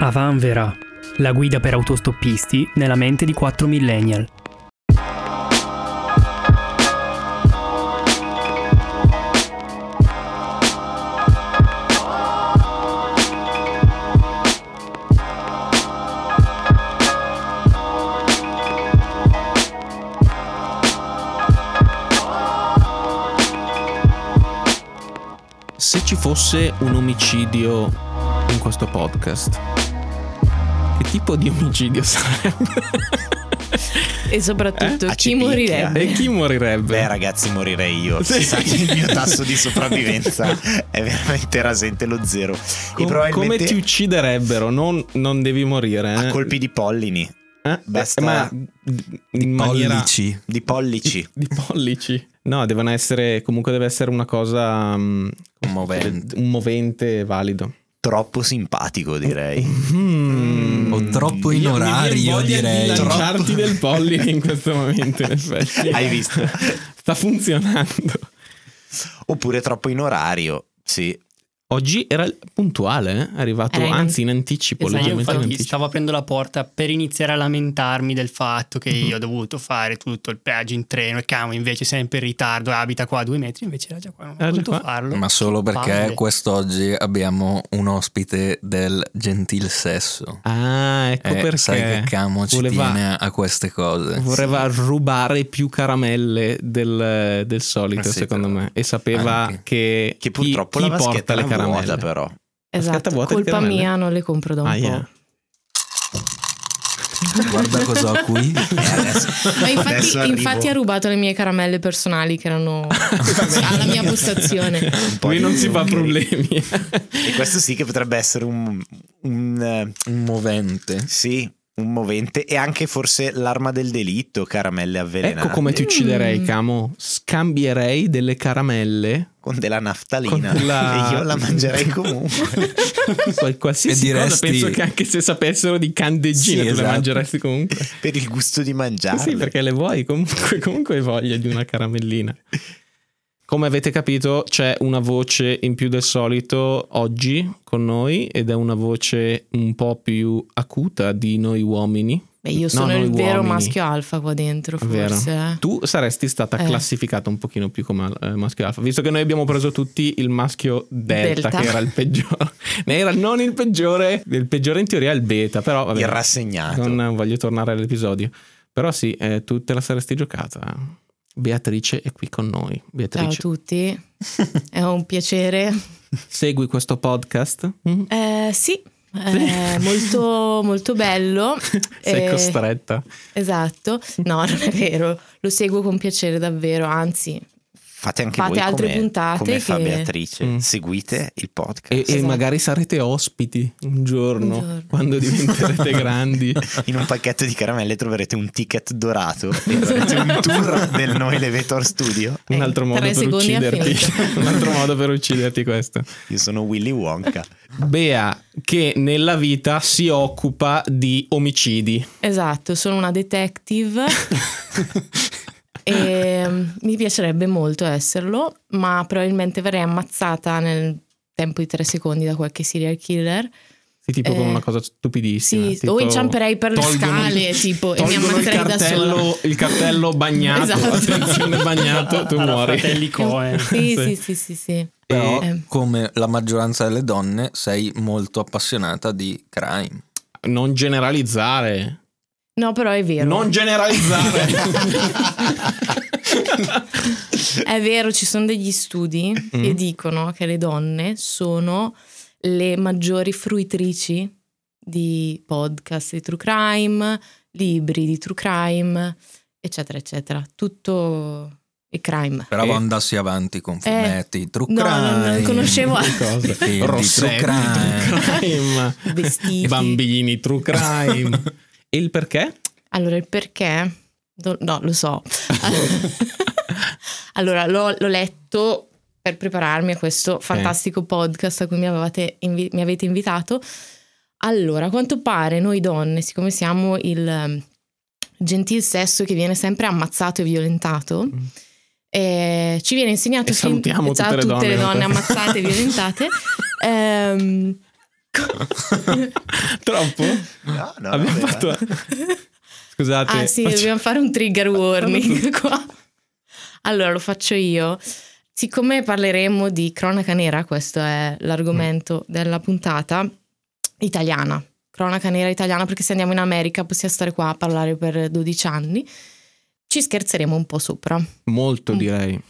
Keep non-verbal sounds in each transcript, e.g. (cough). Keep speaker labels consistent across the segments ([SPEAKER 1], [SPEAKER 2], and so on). [SPEAKER 1] Avanvera, la guida per autostoppisti nella mente di 4 millennial.
[SPEAKER 2] Se ci fosse un omicidio in questo podcast, che tipo di omicidio (laughs) sarebbe?
[SPEAKER 3] E soprattutto
[SPEAKER 4] Eh? A
[SPEAKER 3] chi
[SPEAKER 4] Cipicchia.
[SPEAKER 3] morirebbe?
[SPEAKER 2] E chi morirebbe?
[SPEAKER 4] Beh, ragazzi, morirei io. Si
[SPEAKER 2] Sì.
[SPEAKER 4] sa che il mio tasso di sopravvivenza è veramente rasente lo zero.
[SPEAKER 2] Com-
[SPEAKER 4] e
[SPEAKER 2] Come
[SPEAKER 4] probabilmente
[SPEAKER 2] ti ucciderebbero? Non, non devi morire.
[SPEAKER 4] a
[SPEAKER 2] eh.
[SPEAKER 4] colpi di pollini,
[SPEAKER 2] Eh?
[SPEAKER 4] basta-
[SPEAKER 2] Eh, Ma in maniera-
[SPEAKER 5] Pollici.
[SPEAKER 4] di pollici.
[SPEAKER 2] Di pollici. No, devono essere. Comunque deve essere una cosa. mm,
[SPEAKER 4] Un movente.
[SPEAKER 2] Un movente valido.
[SPEAKER 4] Troppo simpatico, direi.
[SPEAKER 2] Mm.
[SPEAKER 5] O troppo in
[SPEAKER 2] Io- mi viene
[SPEAKER 5] orario,
[SPEAKER 2] voglia
[SPEAKER 5] direi.
[SPEAKER 2] Di
[SPEAKER 4] Troppo.
[SPEAKER 2] lanciarti del (laughs) polline in questo momento, in effetti.
[SPEAKER 4] (laughs) Hai visto?
[SPEAKER 2] Sta funzionando.
[SPEAKER 4] Oppure troppo in orario. Sì.
[SPEAKER 2] Oggi era puntuale, eh? arrivato
[SPEAKER 3] Era in-
[SPEAKER 2] anzi in anticipo,
[SPEAKER 1] Esatto,
[SPEAKER 2] leggermente in
[SPEAKER 1] infatti
[SPEAKER 2] anticipo.
[SPEAKER 1] stavo aprendo la porta per iniziare a lamentarmi del fatto che
[SPEAKER 2] Mhm.
[SPEAKER 1] io ho dovuto fare tutto il peaggio in treno e cavolo invece sempre in ritardo abita qua a due metri invece era già qua non
[SPEAKER 2] Era
[SPEAKER 1] ho
[SPEAKER 2] già
[SPEAKER 1] potuto
[SPEAKER 2] qua.
[SPEAKER 1] farlo
[SPEAKER 5] Ma solo perché
[SPEAKER 1] Palle.
[SPEAKER 5] quest'oggi abbiamo un ospite del gentil sesso.
[SPEAKER 2] Ah, ecco
[SPEAKER 5] Eh,
[SPEAKER 2] perché
[SPEAKER 5] sai che Camo ci
[SPEAKER 2] voleva,
[SPEAKER 5] tiene a queste cose.
[SPEAKER 2] voleva rubare più caramelle del, del solito,
[SPEAKER 4] Eh sì,
[SPEAKER 2] secondo
[SPEAKER 4] però.
[SPEAKER 2] me. E sapeva
[SPEAKER 5] Anche.
[SPEAKER 2] che,
[SPEAKER 4] Che
[SPEAKER 2] chi-
[SPEAKER 4] purtroppo
[SPEAKER 2] chi,
[SPEAKER 4] la
[SPEAKER 2] porta
[SPEAKER 4] vaschetta
[SPEAKER 2] le
[SPEAKER 4] era
[SPEAKER 2] caramelle.
[SPEAKER 4] vuota,
[SPEAKER 2] (laughs)
[SPEAKER 4] però.
[SPEAKER 2] scatta
[SPEAKER 3] Esatto,
[SPEAKER 2] vuota di
[SPEAKER 3] colpa
[SPEAKER 2] caramelle.
[SPEAKER 3] mia, non le compro da un
[SPEAKER 2] Ah, (laughs)
[SPEAKER 3] po'.
[SPEAKER 2] yeah.
[SPEAKER 5] Guarda cosa
[SPEAKER 2] (laughs)
[SPEAKER 5] ho qui.
[SPEAKER 3] Ma infatti,
[SPEAKER 4] Adesso arrivo.
[SPEAKER 3] infatti ha rubato le mie caramelle personali che erano
[SPEAKER 2] (laughs)
[SPEAKER 3] alla mia postazione.
[SPEAKER 4] Un po'
[SPEAKER 2] Lui
[SPEAKER 4] di
[SPEAKER 2] non
[SPEAKER 4] (laughs)
[SPEAKER 2] si fa
[SPEAKER 4] zuccheri.
[SPEAKER 2] problemi.
[SPEAKER 4] E questo sì che potrebbe essere un, un, eh,
[SPEAKER 5] Un movente.
[SPEAKER 4] sì, un movente e anche forse l'arma del delitto, caramelle avvelenate.
[SPEAKER 2] ecco come ti ucciderei,
[SPEAKER 3] Mm.
[SPEAKER 2] Camo. Scambierei delle caramelle
[SPEAKER 4] Con della naftalina.
[SPEAKER 2] Con la-
[SPEAKER 4] E (laughs) io la mangerei comunque.
[SPEAKER 2] Qual- (laughs) qualsiasi
[SPEAKER 5] E diresti-
[SPEAKER 2] cosa penso che anche se sapessero di candeggine
[SPEAKER 5] Sì,
[SPEAKER 2] tu le
[SPEAKER 5] esatto.
[SPEAKER 2] mangeresti comunque
[SPEAKER 4] (laughs) per il gusto di mangiarle.
[SPEAKER 2] sì perché le vuoi comunque, comunque hai voglia di una caramellina come avete capito c'è una voce in più del solito oggi con noi ed è una voce un po' più acuta di noi uomini
[SPEAKER 3] Beh, io sono
[SPEAKER 2] No, noi
[SPEAKER 3] il vero
[SPEAKER 2] uomini.
[SPEAKER 3] maschio alfa qua dentro,
[SPEAKER 2] Vero.
[SPEAKER 3] forse. eh.
[SPEAKER 2] tu saresti stata
[SPEAKER 3] Eh.
[SPEAKER 2] classificata un pochino più come eh, maschio alfa visto che noi abbiamo preso tutti il maschio delta,
[SPEAKER 3] Delta.
[SPEAKER 2] che era il peggiore (laughs) ne era non il peggiore il peggiore in teoria è il beta però vabbè,
[SPEAKER 4] Il rassegnato.
[SPEAKER 3] Esatto.
[SPEAKER 2] Non voglio tornare all'episodio. Però sì, eh, tu te la saresti giocata. Beatrice è qui con noi.
[SPEAKER 3] Ciao a
[SPEAKER 2] Beatrice,
[SPEAKER 3] tutti,
[SPEAKER 2] (laughs)
[SPEAKER 3] è un piacere.
[SPEAKER 2] segui questo podcast? Mm?
[SPEAKER 3] Eh, sì, è molto,
[SPEAKER 2] (laughs)
[SPEAKER 3] molto bello.
[SPEAKER 2] Sei
[SPEAKER 3] Eh,
[SPEAKER 2] costretta.
[SPEAKER 3] Esatto, no, non è vero, lo seguo con piacere davvero, anzi,
[SPEAKER 4] Fate anche
[SPEAKER 3] Fate
[SPEAKER 4] voi
[SPEAKER 3] altre
[SPEAKER 4] come,
[SPEAKER 3] puntate
[SPEAKER 4] come fa
[SPEAKER 3] che-
[SPEAKER 4] Beatrice.
[SPEAKER 2] Mm.
[SPEAKER 4] Seguite il
[SPEAKER 2] E, e
[SPEAKER 4] podcast
[SPEAKER 3] esatto.
[SPEAKER 2] magari sarete ospiti un giorno,
[SPEAKER 3] Un giorno.
[SPEAKER 2] quando
[SPEAKER 3] (laughs)
[SPEAKER 2] diventerete grandi.
[SPEAKER 3] Esatto.
[SPEAKER 4] in un pacchetto di caramelle troverete un ticket dorato e farete un
[SPEAKER 2] Esatto.
[SPEAKER 4] tour del Noi Levetor Studio.
[SPEAKER 2] Un
[SPEAKER 3] Eh,
[SPEAKER 2] altro
[SPEAKER 3] tre
[SPEAKER 2] modo per
[SPEAKER 3] secondi ha
[SPEAKER 2] ucciderti. (laughs)
[SPEAKER 3] finito.
[SPEAKER 2] un altro modo per ucciderti questo.
[SPEAKER 4] Io sono Willy Wonka.
[SPEAKER 2] Bea, che nella vita si occupa di omicidi.
[SPEAKER 3] esatto, sono
[SPEAKER 2] (laughs)
[SPEAKER 3] una detective e mm, mi piacerebbe molto esserlo, ma probabilmente verrei ammazzata nel tempo di tre secondi da qualche serial killer.
[SPEAKER 2] Sì, tipo con
[SPEAKER 3] Eh,
[SPEAKER 2] una cosa stupidissima.
[SPEAKER 3] sì,
[SPEAKER 2] tipo-
[SPEAKER 3] o inciamperei per le
[SPEAKER 2] tolgono il-
[SPEAKER 3] scale, tipo, e mi
[SPEAKER 2] tolgono il
[SPEAKER 3] ammazzerei da (laughs) sola.
[SPEAKER 2] cartello, il cartello bagnato,
[SPEAKER 3] Esatto.
[SPEAKER 2] attenzione bagnato, tu
[SPEAKER 1] Alla
[SPEAKER 2] muori.
[SPEAKER 1] fratelli Coen.
[SPEAKER 3] Sì,
[SPEAKER 2] eh. Sì.
[SPEAKER 3] sì, sì, sì, sì.
[SPEAKER 5] Però,
[SPEAKER 3] Eh.
[SPEAKER 5] come la maggioranza delle donne, sei molto appassionata di crime.
[SPEAKER 2] Non generalizzare.
[SPEAKER 3] No, però è vero.
[SPEAKER 2] Non generalizzare.
[SPEAKER 3] (laughs) È vero, ci sono degli studi che
[SPEAKER 2] Mm.
[SPEAKER 3] dicono che le donne sono le maggiori fruitrici di podcast di true crime, libri di true crime, eccetera, eccetera. Tutto è crime.
[SPEAKER 5] Speravo
[SPEAKER 2] Eh.
[SPEAKER 5] andassi avanti con fumetti, true
[SPEAKER 3] no,
[SPEAKER 5] crime.
[SPEAKER 3] non- non conoscevo-
[SPEAKER 2] Che cosa?
[SPEAKER 5] Quindi,
[SPEAKER 2] Rossetti,
[SPEAKER 5] true crime.
[SPEAKER 2] true crime.
[SPEAKER 3] Vestiti.
[SPEAKER 2] Bambini, true
[SPEAKER 3] (laughs)
[SPEAKER 2] crime. E il perché?
[SPEAKER 3] Allora, il perché? Do- no,
[SPEAKER 2] (laughs)
[SPEAKER 3] lo so. allora, l'ho, l'ho letto per prepararmi a questo fantastico podcast a cui mi, avevate invi- mi avete invitato. Allora, a quanto pare noi donne, siccome siamo il ehm, gentil sesso che viene sempre ammazzato e violentato,
[SPEAKER 2] Mm.
[SPEAKER 3] eh, ci viene insegnato
[SPEAKER 2] E
[SPEAKER 3] fin- Esatto,
[SPEAKER 2] salutiamo
[SPEAKER 3] ciao
[SPEAKER 2] tutte le
[SPEAKER 3] a
[SPEAKER 2] (laughs)
[SPEAKER 3] tutte
[SPEAKER 2] donne.
[SPEAKER 3] le donne ammazzate e violentate. Ehm,
[SPEAKER 2] Troppo?
[SPEAKER 4] No, no,
[SPEAKER 2] Ah, Abbiamo
[SPEAKER 4] vabbè,
[SPEAKER 2] fatto...
[SPEAKER 3] (laughs)
[SPEAKER 2] Scusate.
[SPEAKER 3] Ah sì,
[SPEAKER 2] faccio-
[SPEAKER 3] dobbiamo fare un trigger warning (laughs) qua. Allora lo faccio io. Siccome parleremo di cronaca nera, questo è l'argomento
[SPEAKER 2] Mm.
[SPEAKER 3] della puntata italiana. Cronaca nera italiana perché se andiamo in America possiamo stare qua a parlare per 12 anni. Ci scherzeremo un po' sopra.
[SPEAKER 2] Molto
[SPEAKER 3] Mm.
[SPEAKER 2] direi.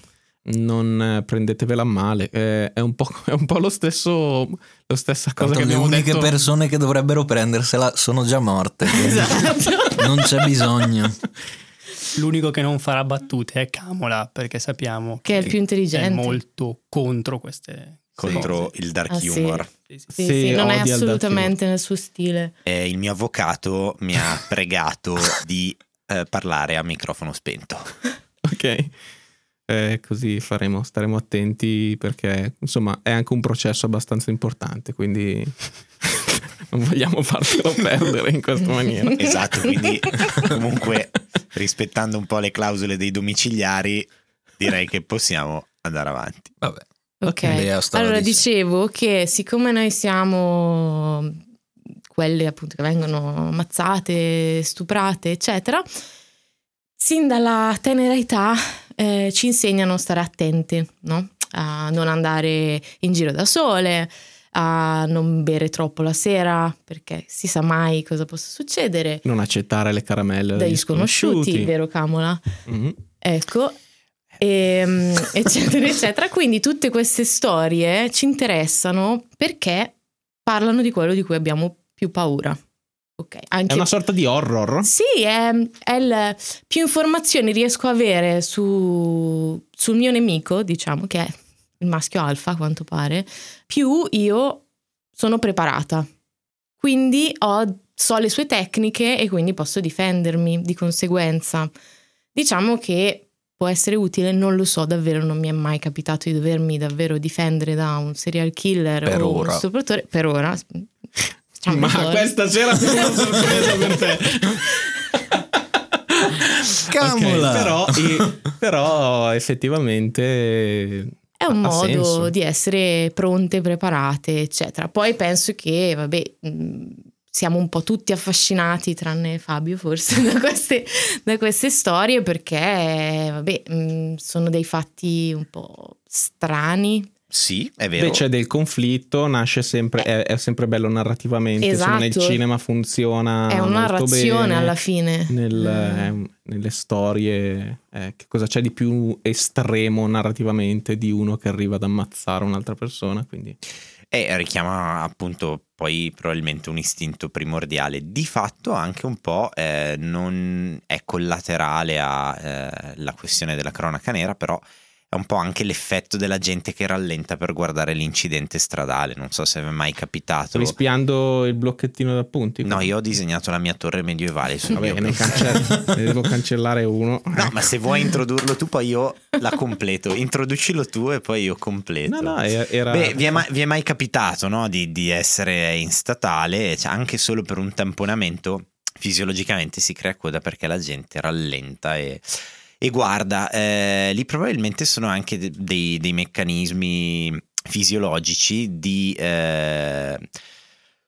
[SPEAKER 2] Non eh, prendetevela a male. Eh, è, un po', è un po' lo stesso... Lo stessa (laughs) cosa
[SPEAKER 5] Tanto
[SPEAKER 2] che
[SPEAKER 5] le
[SPEAKER 2] abbiamo
[SPEAKER 5] uniche
[SPEAKER 2] detto.
[SPEAKER 5] persone che dovrebbero prendersela sono già morte.
[SPEAKER 3] Esatto.
[SPEAKER 5] non c'è
[SPEAKER 2] (laughs)
[SPEAKER 5] bisogno.
[SPEAKER 1] L'unico che non farà battute è Camola, perché sappiamo
[SPEAKER 3] Che è il più
[SPEAKER 1] è
[SPEAKER 3] intelligente.
[SPEAKER 1] molto contro queste
[SPEAKER 4] contro
[SPEAKER 1] cose.
[SPEAKER 4] il dark
[SPEAKER 3] Ah, sì.
[SPEAKER 4] humor.
[SPEAKER 1] Sì, sì.
[SPEAKER 3] Sì,
[SPEAKER 2] Sì,
[SPEAKER 3] sì, non è
[SPEAKER 2] odia il
[SPEAKER 3] assolutamente nel suo stile.
[SPEAKER 4] Eh, il mio avvocato mi ha pregato di eh, parlare a
[SPEAKER 3] (laughs)
[SPEAKER 4] microfono spento.
[SPEAKER 2] Ok. Eh, così faremo, staremo attenti perché insomma è anche un processo abbastanza importante, quindi (laughs) non vogliamo fartelo perdere in questa maniera.
[SPEAKER 4] Esatto, quindi comunque rispettando un po' le clausole dei domiciliari direi che possiamo andare avanti.
[SPEAKER 5] Vabbè.
[SPEAKER 3] Ok,
[SPEAKER 5] Lea stava
[SPEAKER 3] allora dicevo
[SPEAKER 5] dicendo.
[SPEAKER 3] che siccome noi siamo quelle appunto che vengono ammazzate, stuprate, eccetera, sin dalla tenera età eh, ci insegnano a stare attente, no? a non andare in giro da sole, a non bere troppo la sera, perché si sa mai cosa possa succedere
[SPEAKER 2] Non accettare le caramelle
[SPEAKER 3] dagli sconosciuti, vero Camola?
[SPEAKER 2] Mhm.
[SPEAKER 3] Ecco, ehm, eccetera, eccetera. Quindi tutte queste storie ci interessano perché parlano di quello di cui abbiamo più paura. Ok,
[SPEAKER 2] È
[SPEAKER 3] anche
[SPEAKER 2] una sorta di horror.
[SPEAKER 3] sì, è, è il, più informazioni riesco a avere su, sul mio nemico, diciamo che è il maschio alfa a quanto pare, più io sono preparata. Quindi ho- so le sue tecniche e quindi posso difendermi di conseguenza. Diciamo che può essere utile, non lo so davvero, non mi è mai capitato di dovermi davvero difendere da un serial killer
[SPEAKER 5] Per
[SPEAKER 3] o
[SPEAKER 5] ora.
[SPEAKER 3] un stupratore. Per
[SPEAKER 5] (laughs)
[SPEAKER 3] ora. Facciamo
[SPEAKER 2] Ma
[SPEAKER 3] le cose.
[SPEAKER 2] questa
[SPEAKER 3] (laughs)
[SPEAKER 2] sera abbiamo una sorpresa per te.
[SPEAKER 5] Camola!
[SPEAKER 2] Ok, però,
[SPEAKER 5] (laughs)
[SPEAKER 2] eh, però effettivamente
[SPEAKER 3] È un
[SPEAKER 2] ha
[SPEAKER 3] modo
[SPEAKER 2] senso.
[SPEAKER 3] di essere pronte, preparate, eccetera. Poi penso che, vabbè, mh, siamo un po' tutti affascinati, tranne Fabio forse, (laughs) da queste, da queste storie perché, vabbè, mh, sono dei fatti un po' strani.
[SPEAKER 4] Sì, è vero.
[SPEAKER 2] Beh, c'è del conflitto, nasce sempre, è, è sempre bello narrativamente. Insomma, nel
[SPEAKER 3] Esatto.
[SPEAKER 2] cinema funziona. Ah,
[SPEAKER 3] È una
[SPEAKER 2] molto
[SPEAKER 3] narrazione
[SPEAKER 2] bene.
[SPEAKER 3] alla fine.
[SPEAKER 2] Nel,
[SPEAKER 3] Mm.
[SPEAKER 2] ehm, nelle storie, eh, che cosa c'è di più estremo narrativamente di uno che arriva ad ammazzare un'altra persona? Quindi
[SPEAKER 4] E richiama appunto poi probabilmente un istinto primordiale, di fatto anche un po' eh, non è collaterale alla questione della cronaca nera, però è un po' anche l'effetto della gente che rallenta per guardare l'incidente stradale, non so se vi è mai capitato.
[SPEAKER 2] stavi spiando il blocchettino d'appunti?
[SPEAKER 4] No, io ho disegnato la mia torre
[SPEAKER 2] (laughs)
[SPEAKER 4] medievale sul
[SPEAKER 2] Vabbè,
[SPEAKER 4] mio
[SPEAKER 2] ne,
[SPEAKER 4] PC.
[SPEAKER 2] cance- ne devo cancellare uno.
[SPEAKER 4] No, ma se vuoi introdurlo tu, poi io la completo. Introducilo tu e poi io completo.
[SPEAKER 2] No, no, era. era-
[SPEAKER 4] Eh, Beh, vi è mai, vi è mai capitato no, di, di essere in statale, cioè anche solo per un tamponamento, fisiologicamente si crea coda perché la gente rallenta e, e guarda, eh, lì probabilmente sono anche de- dei, dei meccanismi fisiologici di... eh,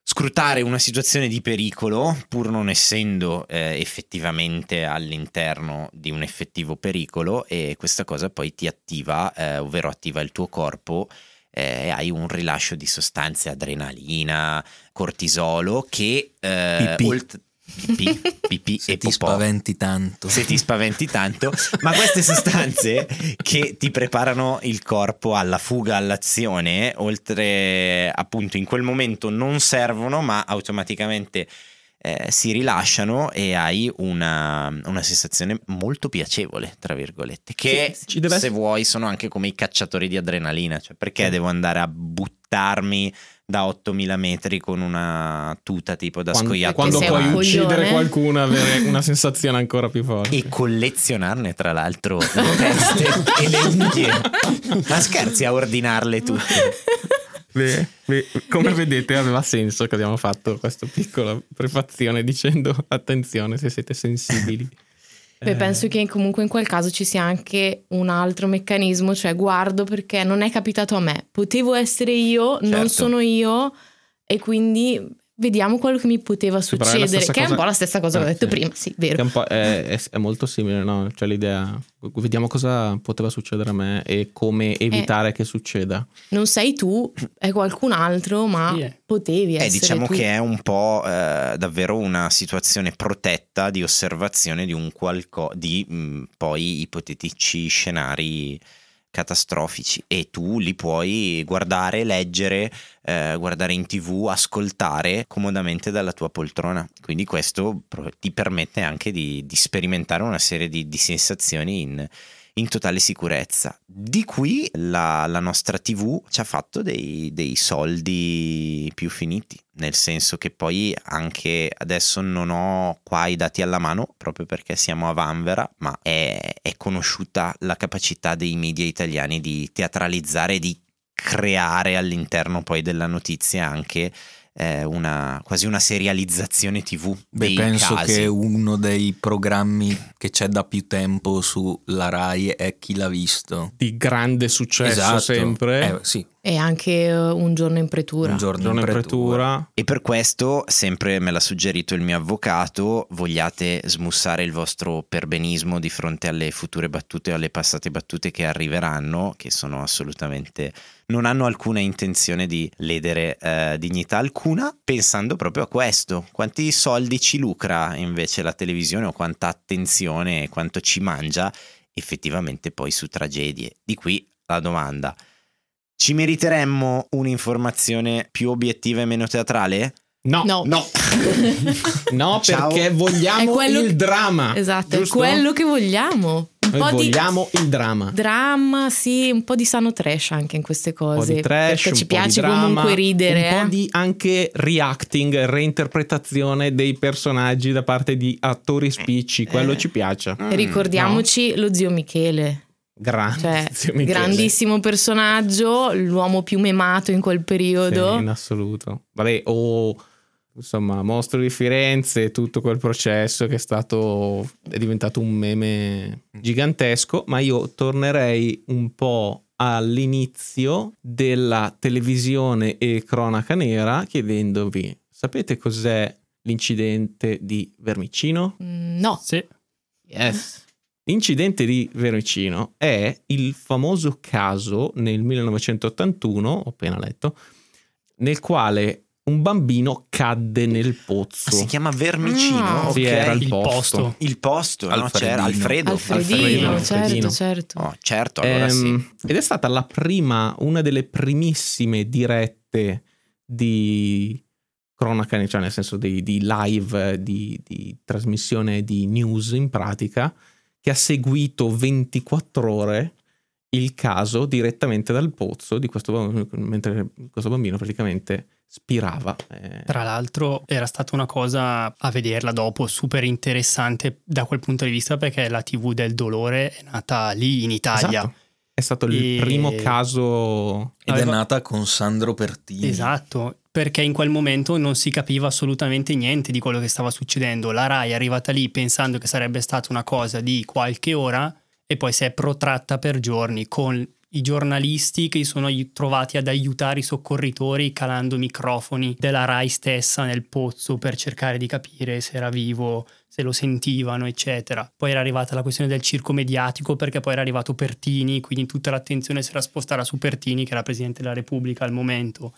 [SPEAKER 4] Scrutare una situazione di pericolo, pur non essendo eh, effettivamente all'interno di un effettivo pericolo, e questa cosa poi ti attiva, eh, ovvero attiva il tuo corpo eh, e hai un rilascio di sostanze, adrenalina, cortisolo che eh,
[SPEAKER 5] Pipì.
[SPEAKER 4] olt- pipì, pipì
[SPEAKER 5] (laughs) Se
[SPEAKER 4] e
[SPEAKER 5] ti
[SPEAKER 4] popò.
[SPEAKER 5] spaventi tanto.
[SPEAKER 4] Se ti spaventi tanto, ma queste sostanze che ti preparano il corpo alla fuga, all'azione, oltre appunto in quel momento non servono, ma automaticamente eh, si rilasciano e hai una, una sensazione molto piacevole, tra virgolette, che
[SPEAKER 2] Ci deve
[SPEAKER 4] se
[SPEAKER 2] essere-
[SPEAKER 4] vuoi sono anche come i cacciatori di adrenalina, cioè perché
[SPEAKER 2] Sì.
[SPEAKER 4] devo andare a buttarmi da 8000 metri con una tuta tipo da
[SPEAKER 2] quando,
[SPEAKER 4] scoiattolo?
[SPEAKER 2] quando
[SPEAKER 3] Perché sei
[SPEAKER 2] puoi
[SPEAKER 3] un
[SPEAKER 2] uccidere
[SPEAKER 3] coglione.
[SPEAKER 2] qualcuno,
[SPEAKER 3] (laughs)
[SPEAKER 2] avere una sensazione ancora più forte.
[SPEAKER 4] E collezionarne tra l'altro le teste
[SPEAKER 2] (laughs)
[SPEAKER 4] e le unghie. Ma scherzi a ordinarle tutte.
[SPEAKER 3] (laughs)
[SPEAKER 2] Beh, beh, come vedete aveva senso che abbiamo fatto questa piccola prefazione dicendo attenzione se siete sensibili.
[SPEAKER 3] Beh,
[SPEAKER 2] Eh,
[SPEAKER 3] penso che comunque in quel caso ci sia anche un altro meccanismo, cioè guardo perché non è capitato a me, potevo essere io, non
[SPEAKER 4] Certo.
[SPEAKER 3] sono io, e quindi vediamo quello che mi poteva
[SPEAKER 2] Superare la
[SPEAKER 3] succedere,
[SPEAKER 2] stessa
[SPEAKER 3] che è un
[SPEAKER 2] cosa-
[SPEAKER 3] po' la stessa cosa che ho
[SPEAKER 2] Eh,
[SPEAKER 3] detto
[SPEAKER 2] sì.
[SPEAKER 3] prima, sì, vero.
[SPEAKER 2] Che è un po' è, è- è molto simile, no? Cioè l'idea, vediamo cosa poteva succedere a me e come
[SPEAKER 3] Eh.
[SPEAKER 2] evitare che succeda.
[SPEAKER 3] non sei tu, è qualcun altro, ma
[SPEAKER 1] Sì, eh.
[SPEAKER 3] potevi essere
[SPEAKER 4] Eh, diciamo
[SPEAKER 3] tu.
[SPEAKER 4] che è un po' eh, davvero una situazione protetta di osservazione di un qualcosa di mh, poi ipotetici scenari catastrofici e tu li puoi guardare, leggere, eh, guardare in tv, ascoltare comodamente dalla tua poltrona. Quindi questo pro- ti permette anche di, di sperimentare una serie di, di sensazioni in, in totale sicurezza. Di qui la, la nostra TV ci ha fatto dei, dei soldi più finiti, nel senso che poi anche adesso non ho qua i dati alla mano, proprio perché siamo a Vanvera, ma è, è conosciuta la capacità dei media italiani di teatralizzare, di creare all'interno poi della notizia anche eh, una, quasi una serializzazione TV.
[SPEAKER 5] Beh,
[SPEAKER 4] dei
[SPEAKER 5] penso
[SPEAKER 4] casi.
[SPEAKER 5] che uno dei programmi che c'è da più tempo sulla Rai è Chi l'ha visto.
[SPEAKER 2] Di grande successo Cioè, sempre.
[SPEAKER 5] Eh, sì,
[SPEAKER 3] E anche eh, un giorno in pretura. (laughs)
[SPEAKER 5] un giorno,
[SPEAKER 2] Giorno
[SPEAKER 5] in pretura.
[SPEAKER 4] E per questo, sempre me l'ha suggerito il mio avvocato, vogliate smussare il vostro perbenismo di fronte alle future battute o alle passate battute che arriveranno, che sono assolutamente... non hanno alcuna intenzione di ledere eh, dignità alcuna, pensando proprio a questo. Quanti soldi ci lucra invece la televisione o quanta attenzione e quanto ci mangia effettivamente poi su tragedie. Di qui la domanda. Ci meriteremmo un'informazione più obiettiva e meno teatrale?
[SPEAKER 2] No,
[SPEAKER 3] No.
[SPEAKER 2] no. No,
[SPEAKER 3] (laughs)
[SPEAKER 4] Ciao.
[SPEAKER 2] perché vogliamo
[SPEAKER 3] È quello
[SPEAKER 2] il
[SPEAKER 3] che-
[SPEAKER 2] dramma.
[SPEAKER 3] Esatto, è
[SPEAKER 2] giusto?
[SPEAKER 3] quello che vogliamo. Un
[SPEAKER 2] Noi
[SPEAKER 3] po'
[SPEAKER 2] vogliamo il dramma.
[SPEAKER 3] di dramma, sì, un po' di sano trash anche in queste
[SPEAKER 2] Un po'
[SPEAKER 3] cose.
[SPEAKER 2] di trash,
[SPEAKER 3] perché
[SPEAKER 2] un
[SPEAKER 3] ci
[SPEAKER 2] po' di
[SPEAKER 3] piace
[SPEAKER 2] dramma,
[SPEAKER 3] comunque ridere.
[SPEAKER 2] un po'
[SPEAKER 3] eh.
[SPEAKER 2] di anche reacting, reinterpretazione dei personaggi da parte di attori spicci, quello
[SPEAKER 3] Eh.
[SPEAKER 2] ci piace.
[SPEAKER 4] Mm,
[SPEAKER 3] Ricordiamoci lo zio Michele,
[SPEAKER 2] Grande,
[SPEAKER 3] cioè
[SPEAKER 2] zio Michele.
[SPEAKER 3] grandissimo personaggio, l'uomo più memato in quel
[SPEAKER 2] Sì,
[SPEAKER 3] periodo.
[SPEAKER 2] in assoluto. Vabbè, o insomma, Mostro di Firenze, tutto quel processo che è stato è diventato un meme gigantesco, ma io tornerei un po' all'inizio della televisione e cronaca nera chiedendovi "Sapete cos'è l'incidente di Vermicino?"
[SPEAKER 3] Mm, No,
[SPEAKER 1] Sì.
[SPEAKER 2] Yes. L'incidente di Vermicino è il famoso caso nel 1981, ho appena letto, nel quale un bambino cadde nel pozzo.
[SPEAKER 4] Ah, si chiama Vermicino,
[SPEAKER 3] Ah.
[SPEAKER 4] ok.
[SPEAKER 2] Mm. Sì, era il
[SPEAKER 1] Il
[SPEAKER 2] posto.
[SPEAKER 1] posto.
[SPEAKER 4] Il posto, no?
[SPEAKER 5] Alfredino.
[SPEAKER 4] C'era Alfredo.
[SPEAKER 3] Alfredino,
[SPEAKER 2] Alfredino,
[SPEAKER 3] certo,
[SPEAKER 2] Alfredino.
[SPEAKER 3] certo.
[SPEAKER 4] Oh, certo, allora sì.
[SPEAKER 2] Ehm, Ed è stata la prima, una delle primissime dirette di cronaca, cioè nel senso di, di live, eh, di, di trasmissione di news in pratica, che ha seguito 24 ore il caso direttamente dal pozzo di questo bambino, mentre questo bambino praticamente spirava. eh.
[SPEAKER 1] Tra l'altro era stata una cosa a vederla dopo super interessante da quel punto di vista perché la TV del dolore è nata lì in Italia.
[SPEAKER 2] Esatto. È stato il
[SPEAKER 1] E-
[SPEAKER 2] primo caso
[SPEAKER 5] Ed
[SPEAKER 1] Aveva-
[SPEAKER 5] è nata con Sandro Pertini.
[SPEAKER 1] Esatto, perché in quel momento non si capiva assolutamente niente di quello che stava succedendo. La RAI è arrivata lì pensando che sarebbe stata una cosa di qualche ora e poi si è protratta per giorni con i giornalisti che si sono ai- trovati ad aiutare i soccorritori calando microfoni della RAI stessa nel pozzo per cercare di capire se era vivo, se lo sentivano, eccetera. Poi era arrivata la questione del circo mediatico perché poi era arrivato Pertini, quindi tutta l'attenzione si era spostata su Pertini che era Presidente della Repubblica al momento.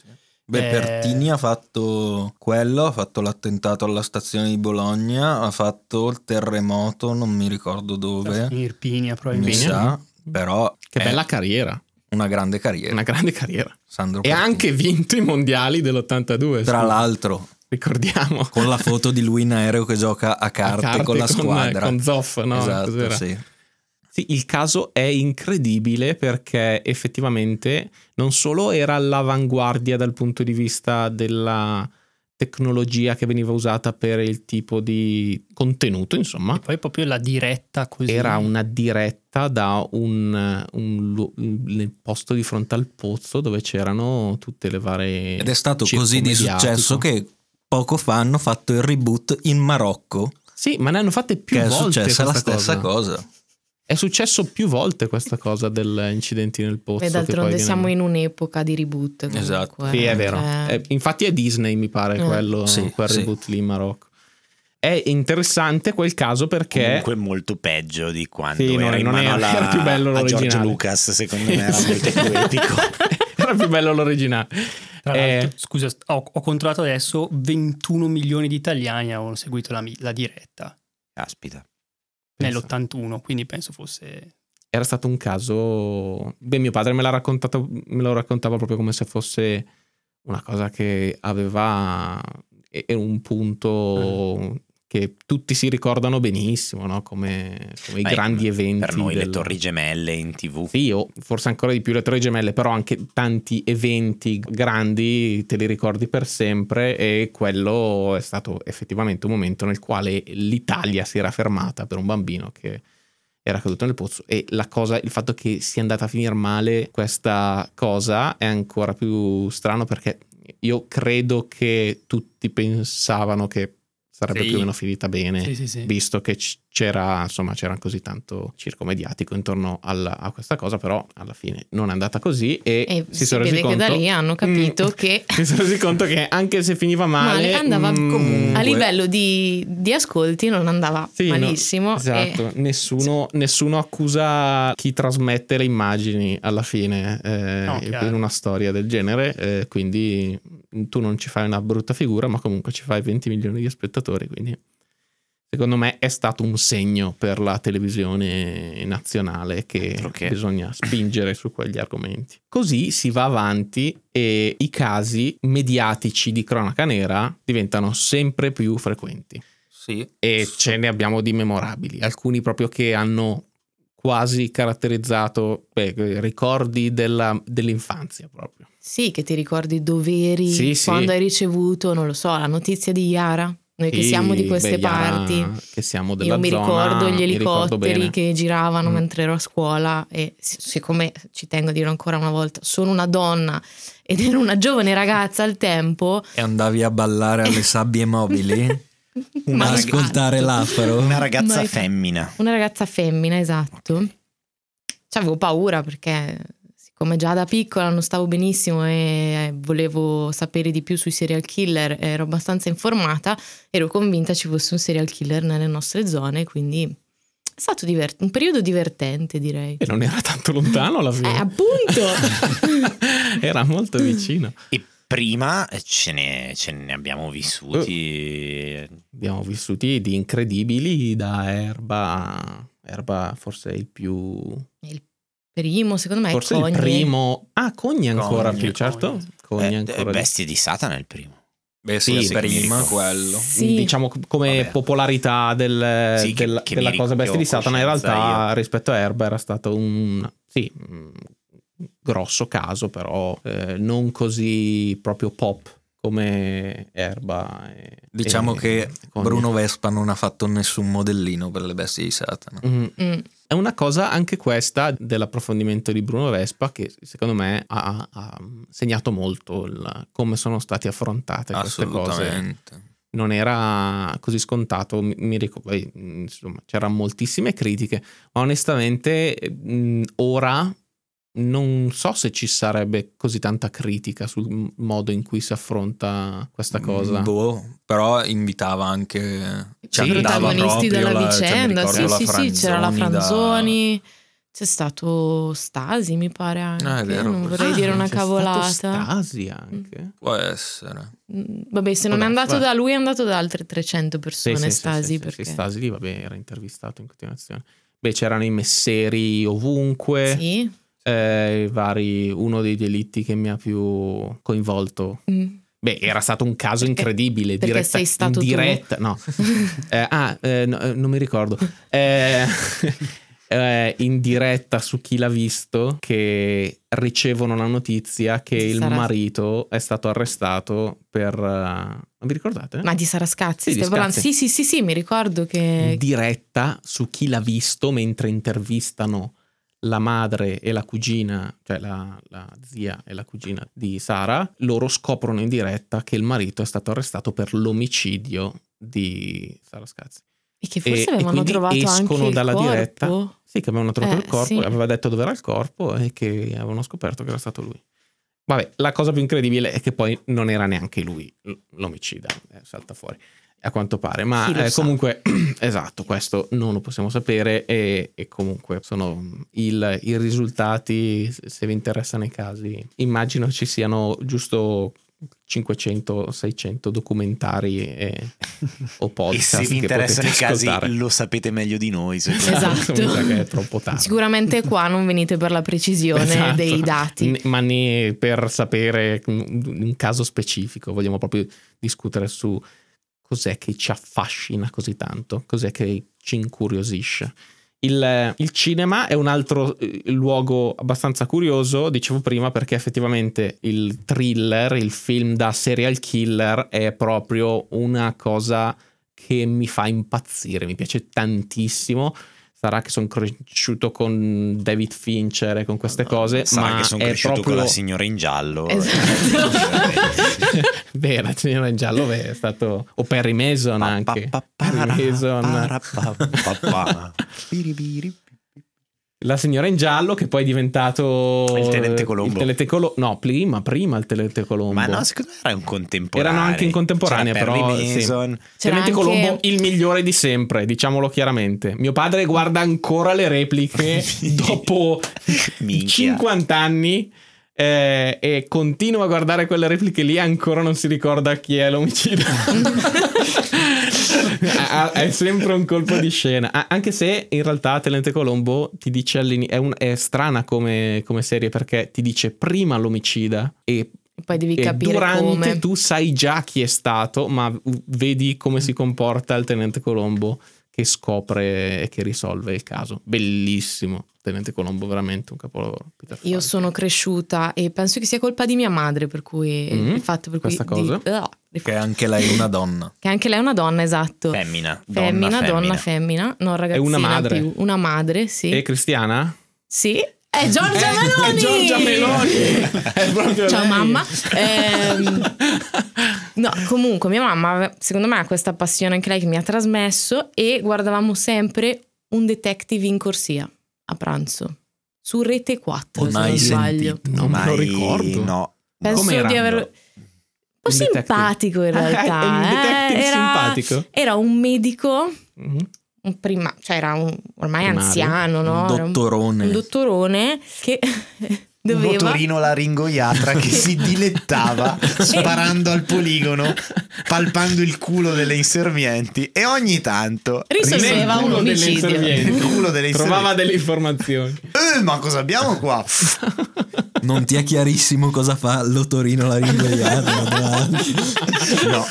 [SPEAKER 5] Beh,
[SPEAKER 1] Eh.
[SPEAKER 5] Pertini ha fatto quello, ha fatto l'attentato alla stazione di Bologna, ha fatto il terremoto, non mi ricordo
[SPEAKER 1] in
[SPEAKER 5] dove,
[SPEAKER 1] Irpinia
[SPEAKER 5] mi
[SPEAKER 1] probabilmente.
[SPEAKER 5] sa, però
[SPEAKER 2] Che
[SPEAKER 4] Eh,
[SPEAKER 5] è
[SPEAKER 2] bella carriera,
[SPEAKER 5] una grande carriera.
[SPEAKER 2] una grande carriera.
[SPEAKER 5] Sandro
[SPEAKER 2] E ha
[SPEAKER 5] Pertini.
[SPEAKER 2] anche vinto i mondiali dell'82.
[SPEAKER 5] Tra l'altro,
[SPEAKER 2] ricordiamo.
[SPEAKER 5] con la foto di lui in aereo che gioca a
[SPEAKER 2] A
[SPEAKER 5] carte, con la squadra.
[SPEAKER 2] Con Zoff, no?
[SPEAKER 5] esatto,
[SPEAKER 2] Cos'era?
[SPEAKER 5] sì.
[SPEAKER 2] (laughs) Sì, il caso è incredibile perché effettivamente non solo era all'avanguardia dal punto di vista della tecnologia che veniva usata per il tipo di contenuto, insomma,
[SPEAKER 1] E poi proprio la diretta così.
[SPEAKER 2] era una diretta da un, un lu- nel posto di fronte al pozzo dove c'erano tutte le varie...
[SPEAKER 5] Ed è stato
[SPEAKER 2] circo
[SPEAKER 5] così di
[SPEAKER 2] mediatico.
[SPEAKER 5] successo che poco fa hanno fatto il reboot in Marocco,
[SPEAKER 2] Sì, ma ne hanno fatte più
[SPEAKER 5] che è
[SPEAKER 2] volte
[SPEAKER 5] successa la
[SPEAKER 2] questa
[SPEAKER 5] stessa cosa.
[SPEAKER 2] È successo più volte questa cosa dell'incidente nel pozzo.
[SPEAKER 3] E
[SPEAKER 2] che
[SPEAKER 3] d'altronde
[SPEAKER 2] poi
[SPEAKER 3] siamo
[SPEAKER 2] viene-
[SPEAKER 3] in un'epoca di reboot. Comunque.
[SPEAKER 5] Esatto.
[SPEAKER 2] Sì, è vero.
[SPEAKER 3] Cioè,
[SPEAKER 2] Eh, infatti è Disney, mi pare,
[SPEAKER 3] Eh.
[SPEAKER 2] quello,
[SPEAKER 5] Sì,
[SPEAKER 2] quel
[SPEAKER 5] sì.
[SPEAKER 2] reboot lì in Marocco. È interessante quel caso perché... (laughs)
[SPEAKER 4] Comunque molto peggio di quanto
[SPEAKER 2] Sì, no,
[SPEAKER 4] era in
[SPEAKER 2] non
[SPEAKER 4] mano
[SPEAKER 2] era-
[SPEAKER 4] alla-
[SPEAKER 2] era più bello
[SPEAKER 4] a George
[SPEAKER 2] l'originale.
[SPEAKER 4] Lucas, secondo me era molto
[SPEAKER 2] (laughs)
[SPEAKER 4] più
[SPEAKER 3] (laughs)
[SPEAKER 4] epico.
[SPEAKER 2] era più bello l'originale.
[SPEAKER 1] Tra
[SPEAKER 2] Eh.
[SPEAKER 1] l'altro, scusa, st- ho, ho controllato adesso 21 milioni di italiani hanno seguito la, mi- la diretta
[SPEAKER 4] Caspita.
[SPEAKER 2] Pensa.
[SPEAKER 1] nell'81, quindi penso fosse...
[SPEAKER 2] era stato un caso. Beh, mio padre me, l'ha raccontato, me lo raccontava proprio come se fosse una cosa che aveva. e- Era un punto
[SPEAKER 4] Mm.
[SPEAKER 2] che tutti si ricordano benissimo, no? come, come i
[SPEAKER 4] Beh,
[SPEAKER 2] grandi eventi.
[SPEAKER 4] Per noi le
[SPEAKER 2] del-
[SPEAKER 4] torri gemelle in tv.
[SPEAKER 2] Sì, o forse ancora di più le torri gemelle, però anche tanti eventi grandi te li ricordi per sempre e quello è stato effettivamente un momento nel quale l'Italia si era fermata per un bambino che era caduto nel pozzo e la cosa, il fatto che sia andata a finire male questa cosa è ancora più strano perché io credo che tutti pensavano che sarebbe
[SPEAKER 1] Sì.
[SPEAKER 2] più o meno finita bene
[SPEAKER 1] Sì, sì, sì.
[SPEAKER 2] visto che c- c'era insomma c'era così tanto circo mediatico intorno alla- a questa cosa però alla fine non è andata così e,
[SPEAKER 3] E
[SPEAKER 2] si,
[SPEAKER 3] Eh, si
[SPEAKER 2] sono resi
[SPEAKER 3] vede che
[SPEAKER 2] conto
[SPEAKER 3] da lì hanno capito
[SPEAKER 2] Mm.
[SPEAKER 3] che-
[SPEAKER 2] si sono resi conto che anche se finiva male, mm,
[SPEAKER 3] Male, andava
[SPEAKER 5] comunque.
[SPEAKER 3] a livello di, di ascolti non andava
[SPEAKER 2] Sì, no,
[SPEAKER 3] malissimo. e-
[SPEAKER 2] esatto nessuno, nessuno accusa chi trasmette le immagini alla fine eh,
[SPEAKER 1] No, chiaro.
[SPEAKER 2] in una storia del genere eh, quindi tu non ci fai una brutta figura ma comunque ci fai 20 milioni di spettatori quindi secondo me è stato un segno per la televisione nazionale che,
[SPEAKER 4] Altro che.
[SPEAKER 2] bisogna spingere su quegli argomenti. Così si va avanti e i casi mediatici di cronaca nera diventano sempre più frequenti
[SPEAKER 5] Sì.
[SPEAKER 2] e ce ne abbiamo di memorabili, alcuni proprio che hanno quasi caratterizzato beh, ricordi della- dell'infanzia proprio.
[SPEAKER 3] Sì, che ti ricordi i doveri,
[SPEAKER 2] Sì, sì.
[SPEAKER 3] quando hai ricevuto, non lo so, la notizia di Iara, noi che
[SPEAKER 2] Sì,
[SPEAKER 3] siamo di queste
[SPEAKER 2] beh, Iara,
[SPEAKER 3] parti.
[SPEAKER 2] che siamo della
[SPEAKER 3] Io mi
[SPEAKER 2] zona,
[SPEAKER 3] ricordo gli
[SPEAKER 2] mi ricordo
[SPEAKER 3] elicotteri
[SPEAKER 2] bene.
[SPEAKER 3] che giravano
[SPEAKER 2] Mm.
[SPEAKER 3] mentre ero a scuola e si- siccome ci tengo a dirlo ancora una volta, sono una donna ed ero una giovane ragazza al tempo.
[SPEAKER 5] E andavi a ballare alle
[SPEAKER 2] (laughs)
[SPEAKER 5] sabbie mobili?
[SPEAKER 3] Ma
[SPEAKER 5] ad
[SPEAKER 3] infatti.
[SPEAKER 5] ascoltare
[SPEAKER 2] Oh.
[SPEAKER 5] l'afro?
[SPEAKER 4] Una ragazza
[SPEAKER 3] Mai-
[SPEAKER 4] femmina.
[SPEAKER 3] Una ragazza femmina, esatto. Cioè, avevo paura perché siccome già da piccola non stavo benissimo e eh, volevo sapere di più sui serial killer, ero abbastanza informata, ero convinta ci fosse un serial killer nelle nostre zone, quindi è stato divert- un periodo divertente, direi.
[SPEAKER 2] E non era tanto lontano alla
[SPEAKER 3] Eh,
[SPEAKER 2] fine.
[SPEAKER 3] appunto!
[SPEAKER 2] (laughs)
[SPEAKER 3] (laughs)
[SPEAKER 2] era molto vicino.
[SPEAKER 4] E prima eh, ce ne, ce ne abbiamo vissuti.
[SPEAKER 2] Abbiamo vissuti di incredibili da Erba. Erba forse è il più...
[SPEAKER 3] il primo, secondo me,
[SPEAKER 2] forse
[SPEAKER 3] è Eh, Cogne.
[SPEAKER 2] il primo... Ah, Cogni ancora
[SPEAKER 5] Cogne,
[SPEAKER 2] più,
[SPEAKER 1] Cogne.
[SPEAKER 2] certo. Cogni
[SPEAKER 4] Eh,
[SPEAKER 2] ancora. di-
[SPEAKER 4] bestie di Satana è il primo.
[SPEAKER 5] Beh sì,
[SPEAKER 2] Sì,
[SPEAKER 5] prima
[SPEAKER 4] sì.
[SPEAKER 5] quello.
[SPEAKER 3] Sì.
[SPEAKER 2] Diciamo c- come
[SPEAKER 4] Vabbè.
[SPEAKER 2] popolarità del-
[SPEAKER 4] Sì, che-
[SPEAKER 2] del-
[SPEAKER 4] che
[SPEAKER 2] della
[SPEAKER 4] mi
[SPEAKER 2] cosa
[SPEAKER 4] ric-
[SPEAKER 2] bestia
[SPEAKER 4] che ho
[SPEAKER 2] di Satana, in
[SPEAKER 4] coscienza
[SPEAKER 2] realtà rispetto a Erba era stato un sì, un grosso caso, però eh, non così proprio pop come Erba. e-
[SPEAKER 5] Diciamo
[SPEAKER 2] e-
[SPEAKER 5] che
[SPEAKER 2] Cogni.
[SPEAKER 5] Bruno Vespa non ha fatto nessun modellino per le bestie di Satana.
[SPEAKER 2] Mm.
[SPEAKER 3] Mm.
[SPEAKER 2] È una cosa anche questa dell'approfondimento di Bruno Vespa che secondo me ha, ha segnato molto il- come sono state affrontate queste cose.
[SPEAKER 5] Assolutamente.
[SPEAKER 2] Non era così scontato, mi, mi ricordo, poi, mh, insomma c'erano moltissime critiche, ma onestamente mh, ora non so se ci sarebbe così tanta critica sul m- modo in cui si affronta questa cosa.
[SPEAKER 5] Boh, però invitava anche
[SPEAKER 3] I
[SPEAKER 5] cioè, andava
[SPEAKER 3] protagonisti
[SPEAKER 5] proprio
[SPEAKER 3] della
[SPEAKER 5] la- cioè, mi
[SPEAKER 3] vicenda, sì,
[SPEAKER 5] ricordo la
[SPEAKER 3] sì, sì, c'era la
[SPEAKER 5] da-
[SPEAKER 3] Franzoni, c'è stato Stasi, mi pare anche.
[SPEAKER 5] Ah, è vero,
[SPEAKER 3] non
[SPEAKER 5] questo.
[SPEAKER 3] vorrei dire
[SPEAKER 2] Ah,
[SPEAKER 3] una
[SPEAKER 2] c'è stato
[SPEAKER 3] cavolata.
[SPEAKER 2] Stasi anche.
[SPEAKER 5] Può essere.
[SPEAKER 3] Mm, Vabbè, se non
[SPEAKER 2] Vabbè,
[SPEAKER 3] è andato
[SPEAKER 2] vabbè.
[SPEAKER 3] da lui è andato da altre 300
[SPEAKER 2] Sì,
[SPEAKER 3] persone
[SPEAKER 2] sì, sì,
[SPEAKER 3] Stasi
[SPEAKER 2] sì, sì,
[SPEAKER 3] perché
[SPEAKER 2] sì, Stasi lì, vabbè, era intervistato in continuazione. Beh, c'erano i messeri ovunque,
[SPEAKER 3] Sì.
[SPEAKER 2] eh, i vari, uno dei delitti che mi ha più coinvolto.
[SPEAKER 3] Mm.
[SPEAKER 2] Beh, era stato un caso
[SPEAKER 3] Perché-
[SPEAKER 2] incredibile,
[SPEAKER 3] perché
[SPEAKER 2] diretta,
[SPEAKER 3] sei
[SPEAKER 2] in
[SPEAKER 3] stato tu.
[SPEAKER 2] diretta,
[SPEAKER 3] (laughs)
[SPEAKER 2] no. Eh, ah, eh, no, eh, non mi ricordo. Eh, (laughs) eh, in diretta su chi l'ha visto che ricevono la notizia che il
[SPEAKER 3] Sarà-
[SPEAKER 2] marito è stato arrestato per... eh, non vi ricordate?
[SPEAKER 3] Ma di
[SPEAKER 2] Sì,
[SPEAKER 3] Sarascazzi,
[SPEAKER 2] di
[SPEAKER 3] stai parlando?
[SPEAKER 2] Scazzi.
[SPEAKER 3] Sì, sì, sì, sì, mi ricordo che
[SPEAKER 2] diretta su chi l'ha visto mentre intervistano la madre e la cugina, cioè la, la zia e la cugina di Sara, loro scoprono in diretta che il marito è stato arrestato per l'omicidio di Sara Scazzi.
[SPEAKER 3] E che
[SPEAKER 2] E-
[SPEAKER 3] forse
[SPEAKER 2] e
[SPEAKER 3] avevano
[SPEAKER 2] quindi
[SPEAKER 3] trovato
[SPEAKER 2] escono
[SPEAKER 3] anche il
[SPEAKER 2] dalla
[SPEAKER 3] corpo.
[SPEAKER 2] diretta. Sì, che avevano trovato
[SPEAKER 3] Eh,
[SPEAKER 2] il corpo,
[SPEAKER 3] sì.
[SPEAKER 2] aveva detto dove era il corpo e che avevano scoperto che era stato lui. Vabbè, la cosa più incredibile è che poi non era neanche lui l- l'omicida, eh, salta fuori, a quanto pare. Ma
[SPEAKER 3] Chi lo
[SPEAKER 2] eh,
[SPEAKER 3] sa?
[SPEAKER 2] comunque, (clears throat) esatto, questo non lo possiamo sapere e, e comunque sono il- i risultati, se se vi interessano i casi, immagino ci siano giusto 500-600 documentari
[SPEAKER 4] (laughs)
[SPEAKER 2] e- o
[SPEAKER 4] E
[SPEAKER 2] podcast.
[SPEAKER 4] se vi
[SPEAKER 2] che
[SPEAKER 4] interessano i
[SPEAKER 2] potete
[SPEAKER 4] casi
[SPEAKER 2] ascoltare.
[SPEAKER 4] lo sapete meglio di noi. secondo me.
[SPEAKER 3] Esatto.
[SPEAKER 2] (laughs) Mi sa che è troppo tardi.
[SPEAKER 3] Sicuramente qua non venite per la precisione
[SPEAKER 2] Ah. (laughs) Esatto.
[SPEAKER 3] dei dati.
[SPEAKER 2] N- ma né per sapere un un caso specifico, vogliamo proprio discutere su cos'è che ci affascina così tanto, cos'è che ci incuriosisce. Il, il cinema è un altro eh, luogo abbastanza curioso, dicevo prima, perché effettivamente il thriller, il film da serial killer è proprio una cosa che mi fa impazzire, mi piace tantissimo. Sarà che sono cresciuto con David Fincher e con queste cose,
[SPEAKER 4] Sarà
[SPEAKER 2] ma
[SPEAKER 4] che sono
[SPEAKER 2] è
[SPEAKER 4] cresciuto
[SPEAKER 2] proprio...
[SPEAKER 4] con la signora in giallo.
[SPEAKER 3] Esatto.
[SPEAKER 2] (laughs) Vera, Signora in giallo beh, è stato... O Perry Mason anche. Perry Mason. (laughs) La signora in giallo che poi è diventato...
[SPEAKER 4] Il Tenente Colombo.
[SPEAKER 2] il Tenente Colo- No, prima, prima il Tenente Colombo.
[SPEAKER 4] Ma no, secondo me era un contemporaneo.
[SPEAKER 2] Erano anche in contemporanea,
[SPEAKER 4] C'era
[SPEAKER 2] però,
[SPEAKER 4] Perry
[SPEAKER 2] sì.
[SPEAKER 4] Mason.
[SPEAKER 3] C'era
[SPEAKER 2] Tenente
[SPEAKER 3] anche-
[SPEAKER 2] Colombo, il migliore di sempre, diciamolo chiaramente. Mio padre guarda ancora le
[SPEAKER 4] (laughs)
[SPEAKER 2] repliche dopo
[SPEAKER 4] Minchia.
[SPEAKER 2] 50 anni eh, e continua a guardare quelle repliche lì e ancora non si ricorda chi è l'omicida. (laughs) Ha- ha- è sempre un colpo di scena. A- anche se in realtà Tenente Colombo ti dice all'inizio, è, un- è strana come, come serie perché ti dice prima l'omicida e
[SPEAKER 3] Poi devi
[SPEAKER 2] e
[SPEAKER 3] capire
[SPEAKER 2] durante
[SPEAKER 3] come.
[SPEAKER 2] tu sai già chi è stato, ma vedi come si comporta il tenente Colombo che scopre e che risolve il caso. Bellissimo. Tenente Colombo, veramente un capolavoro. Peter
[SPEAKER 3] Io
[SPEAKER 2] Falk.
[SPEAKER 3] sono cresciuta e penso che sia colpa di mia madre per cui eh,
[SPEAKER 2] Mm,
[SPEAKER 3] il fatto per cui
[SPEAKER 2] questa
[SPEAKER 3] di-
[SPEAKER 2] cosa.
[SPEAKER 3] Ah, di-
[SPEAKER 5] Che anche lei è una donna.
[SPEAKER 3] che anche lei è una donna, esatto.
[SPEAKER 4] Femmina. Donna,
[SPEAKER 3] Femmina,
[SPEAKER 4] femmina.
[SPEAKER 3] donna, femmina, non ragazzina
[SPEAKER 2] una madre.
[SPEAKER 3] più, una madre, sì.
[SPEAKER 2] E Cristiana?
[SPEAKER 3] Sì. È Giorgia
[SPEAKER 2] Eh,
[SPEAKER 3] Meloni!
[SPEAKER 2] È Giorgia Meloni! (laughs) È proprio
[SPEAKER 3] Ciao
[SPEAKER 2] lei.
[SPEAKER 3] mamma. Ehm, no, comunque mia mamma, ave- secondo me ha questa passione anche lei che mi ha trasmesso e guardavamo sempre un detective in corsia a pranzo su Rete 4,
[SPEAKER 5] Oh,
[SPEAKER 3] se non
[SPEAKER 5] mai
[SPEAKER 3] sbaglio.
[SPEAKER 2] sentito. Non me
[SPEAKER 4] Mai-
[SPEAKER 2] lo ricordo.
[SPEAKER 4] No.
[SPEAKER 3] Penso
[SPEAKER 2] Com'era?
[SPEAKER 3] di aver un po'
[SPEAKER 2] Un detective.
[SPEAKER 3] simpatico
[SPEAKER 5] (laughs)
[SPEAKER 3] in realtà.
[SPEAKER 2] (laughs) È un
[SPEAKER 3] eh.
[SPEAKER 2] detective
[SPEAKER 3] era, Mm-hmm.
[SPEAKER 2] simpatico.
[SPEAKER 3] era un medico,
[SPEAKER 2] Mhm.
[SPEAKER 3] un prima- cioè era un- ormai
[SPEAKER 2] Primario.
[SPEAKER 3] anziano, no?
[SPEAKER 5] un
[SPEAKER 3] Era un-
[SPEAKER 5] dottorone.
[SPEAKER 3] un dottorone che (laughs)
[SPEAKER 4] Un
[SPEAKER 3] doveva
[SPEAKER 4] motorino laringoiatra
[SPEAKER 3] (laughs)
[SPEAKER 4] che si dilettava sparando al poligono, palpando il culo delle inservienti e ogni tanto
[SPEAKER 3] risolveva
[SPEAKER 2] Nel
[SPEAKER 3] un
[SPEAKER 2] culo delle
[SPEAKER 3] omicidio.
[SPEAKER 2] inservienti.
[SPEAKER 4] Nel culo delle
[SPEAKER 2] Trovava
[SPEAKER 4] inservienti.
[SPEAKER 2] delle informazioni.
[SPEAKER 4] Eh, ma cosa abbiamo qua?
[SPEAKER 5] Non ti è chiarissimo cosa fa l'otorino
[SPEAKER 3] (laughs)
[SPEAKER 5] laringoiatra.
[SPEAKER 4] No.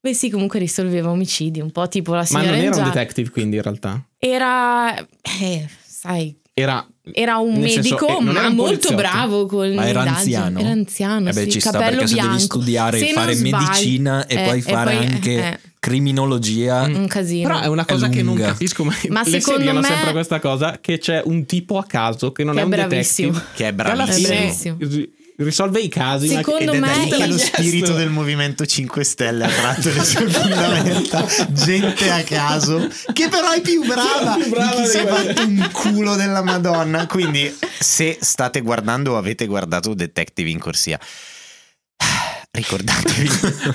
[SPEAKER 3] Beh sì, comunque risolveva omicidi, un po' tipo la
[SPEAKER 2] Ma
[SPEAKER 3] signora
[SPEAKER 2] non
[SPEAKER 3] in
[SPEAKER 2] era un
[SPEAKER 3] giallo.
[SPEAKER 2] detective, quindi in realtà.
[SPEAKER 3] Era, eh, sai,
[SPEAKER 2] Era
[SPEAKER 3] era un
[SPEAKER 2] Nel senso,
[SPEAKER 3] medico
[SPEAKER 2] eh, non era
[SPEAKER 3] ma
[SPEAKER 2] un
[SPEAKER 3] molto
[SPEAKER 2] poliziotto.
[SPEAKER 3] bravo con
[SPEAKER 5] Ma era
[SPEAKER 3] l'indagine.
[SPEAKER 5] anziano?
[SPEAKER 3] Era anziano,
[SPEAKER 5] Eh beh,
[SPEAKER 3] sì,
[SPEAKER 5] ci sta
[SPEAKER 3] capello
[SPEAKER 5] perché se
[SPEAKER 3] bianco.
[SPEAKER 5] devi studiare,
[SPEAKER 3] Se non
[SPEAKER 5] fare
[SPEAKER 3] sbaglio-
[SPEAKER 5] medicina e
[SPEAKER 3] eh,
[SPEAKER 5] poi fare
[SPEAKER 3] poi-
[SPEAKER 5] anche
[SPEAKER 3] eh, Mm.
[SPEAKER 5] criminologia.
[SPEAKER 3] un casino.
[SPEAKER 2] Però è una
[SPEAKER 5] È
[SPEAKER 2] cosa che non
[SPEAKER 5] lunga.
[SPEAKER 2] capisco mai.
[SPEAKER 3] Ma
[SPEAKER 2] le serie
[SPEAKER 3] secondo
[SPEAKER 2] hanno
[SPEAKER 3] me-
[SPEAKER 2] sempre questa cosa che c'è un tipo a caso che non
[SPEAKER 3] Che
[SPEAKER 2] è
[SPEAKER 3] è
[SPEAKER 2] un
[SPEAKER 3] bravissimo.
[SPEAKER 2] detective
[SPEAKER 4] Che è
[SPEAKER 2] che alla
[SPEAKER 4] bravissimo.
[SPEAKER 2] fine
[SPEAKER 3] bravissimo.
[SPEAKER 2] ri- risolve i casi. ma che-
[SPEAKER 3] Secondo
[SPEAKER 4] Ed è
[SPEAKER 3] me
[SPEAKER 4] da lì che
[SPEAKER 3] il-
[SPEAKER 4] lo spirito del movimento 5 Stelle ha tratto le sue fondamenta. Gente a caso, che però è più brava
[SPEAKER 2] Più brava
[SPEAKER 4] di chi si è
[SPEAKER 2] di quella-
[SPEAKER 4] fatto un culo della Madonna. Quindi, se state guardando o avete guardato Detective in corsia, ricordatevi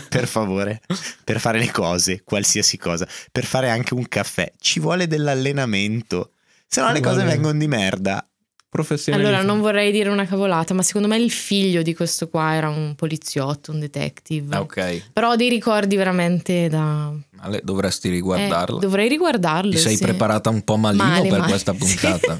[SPEAKER 4] per favore, per fare le cose, qualsiasi cosa, per fare anche un caffè, ci vuole dell'allenamento, se no le
[SPEAKER 2] Ci vuole-
[SPEAKER 4] cose vengono di merda.
[SPEAKER 2] professionalismo.
[SPEAKER 3] Allora, non vorrei dire una cavolata, ma secondo me il figlio di questo qua era un poliziotto, un detective.
[SPEAKER 5] Ah, ok,
[SPEAKER 3] Però ho dei ricordi veramente da...
[SPEAKER 5] Ale, dovresti
[SPEAKER 3] eh,
[SPEAKER 5] riguardarla.
[SPEAKER 3] dovrei riguardarlo.
[SPEAKER 5] Ti sei
[SPEAKER 3] sì.
[SPEAKER 5] preparata un po' malino
[SPEAKER 3] Male,
[SPEAKER 5] per
[SPEAKER 3] male,
[SPEAKER 5] questa
[SPEAKER 3] sì. (laughs)
[SPEAKER 5] puntata.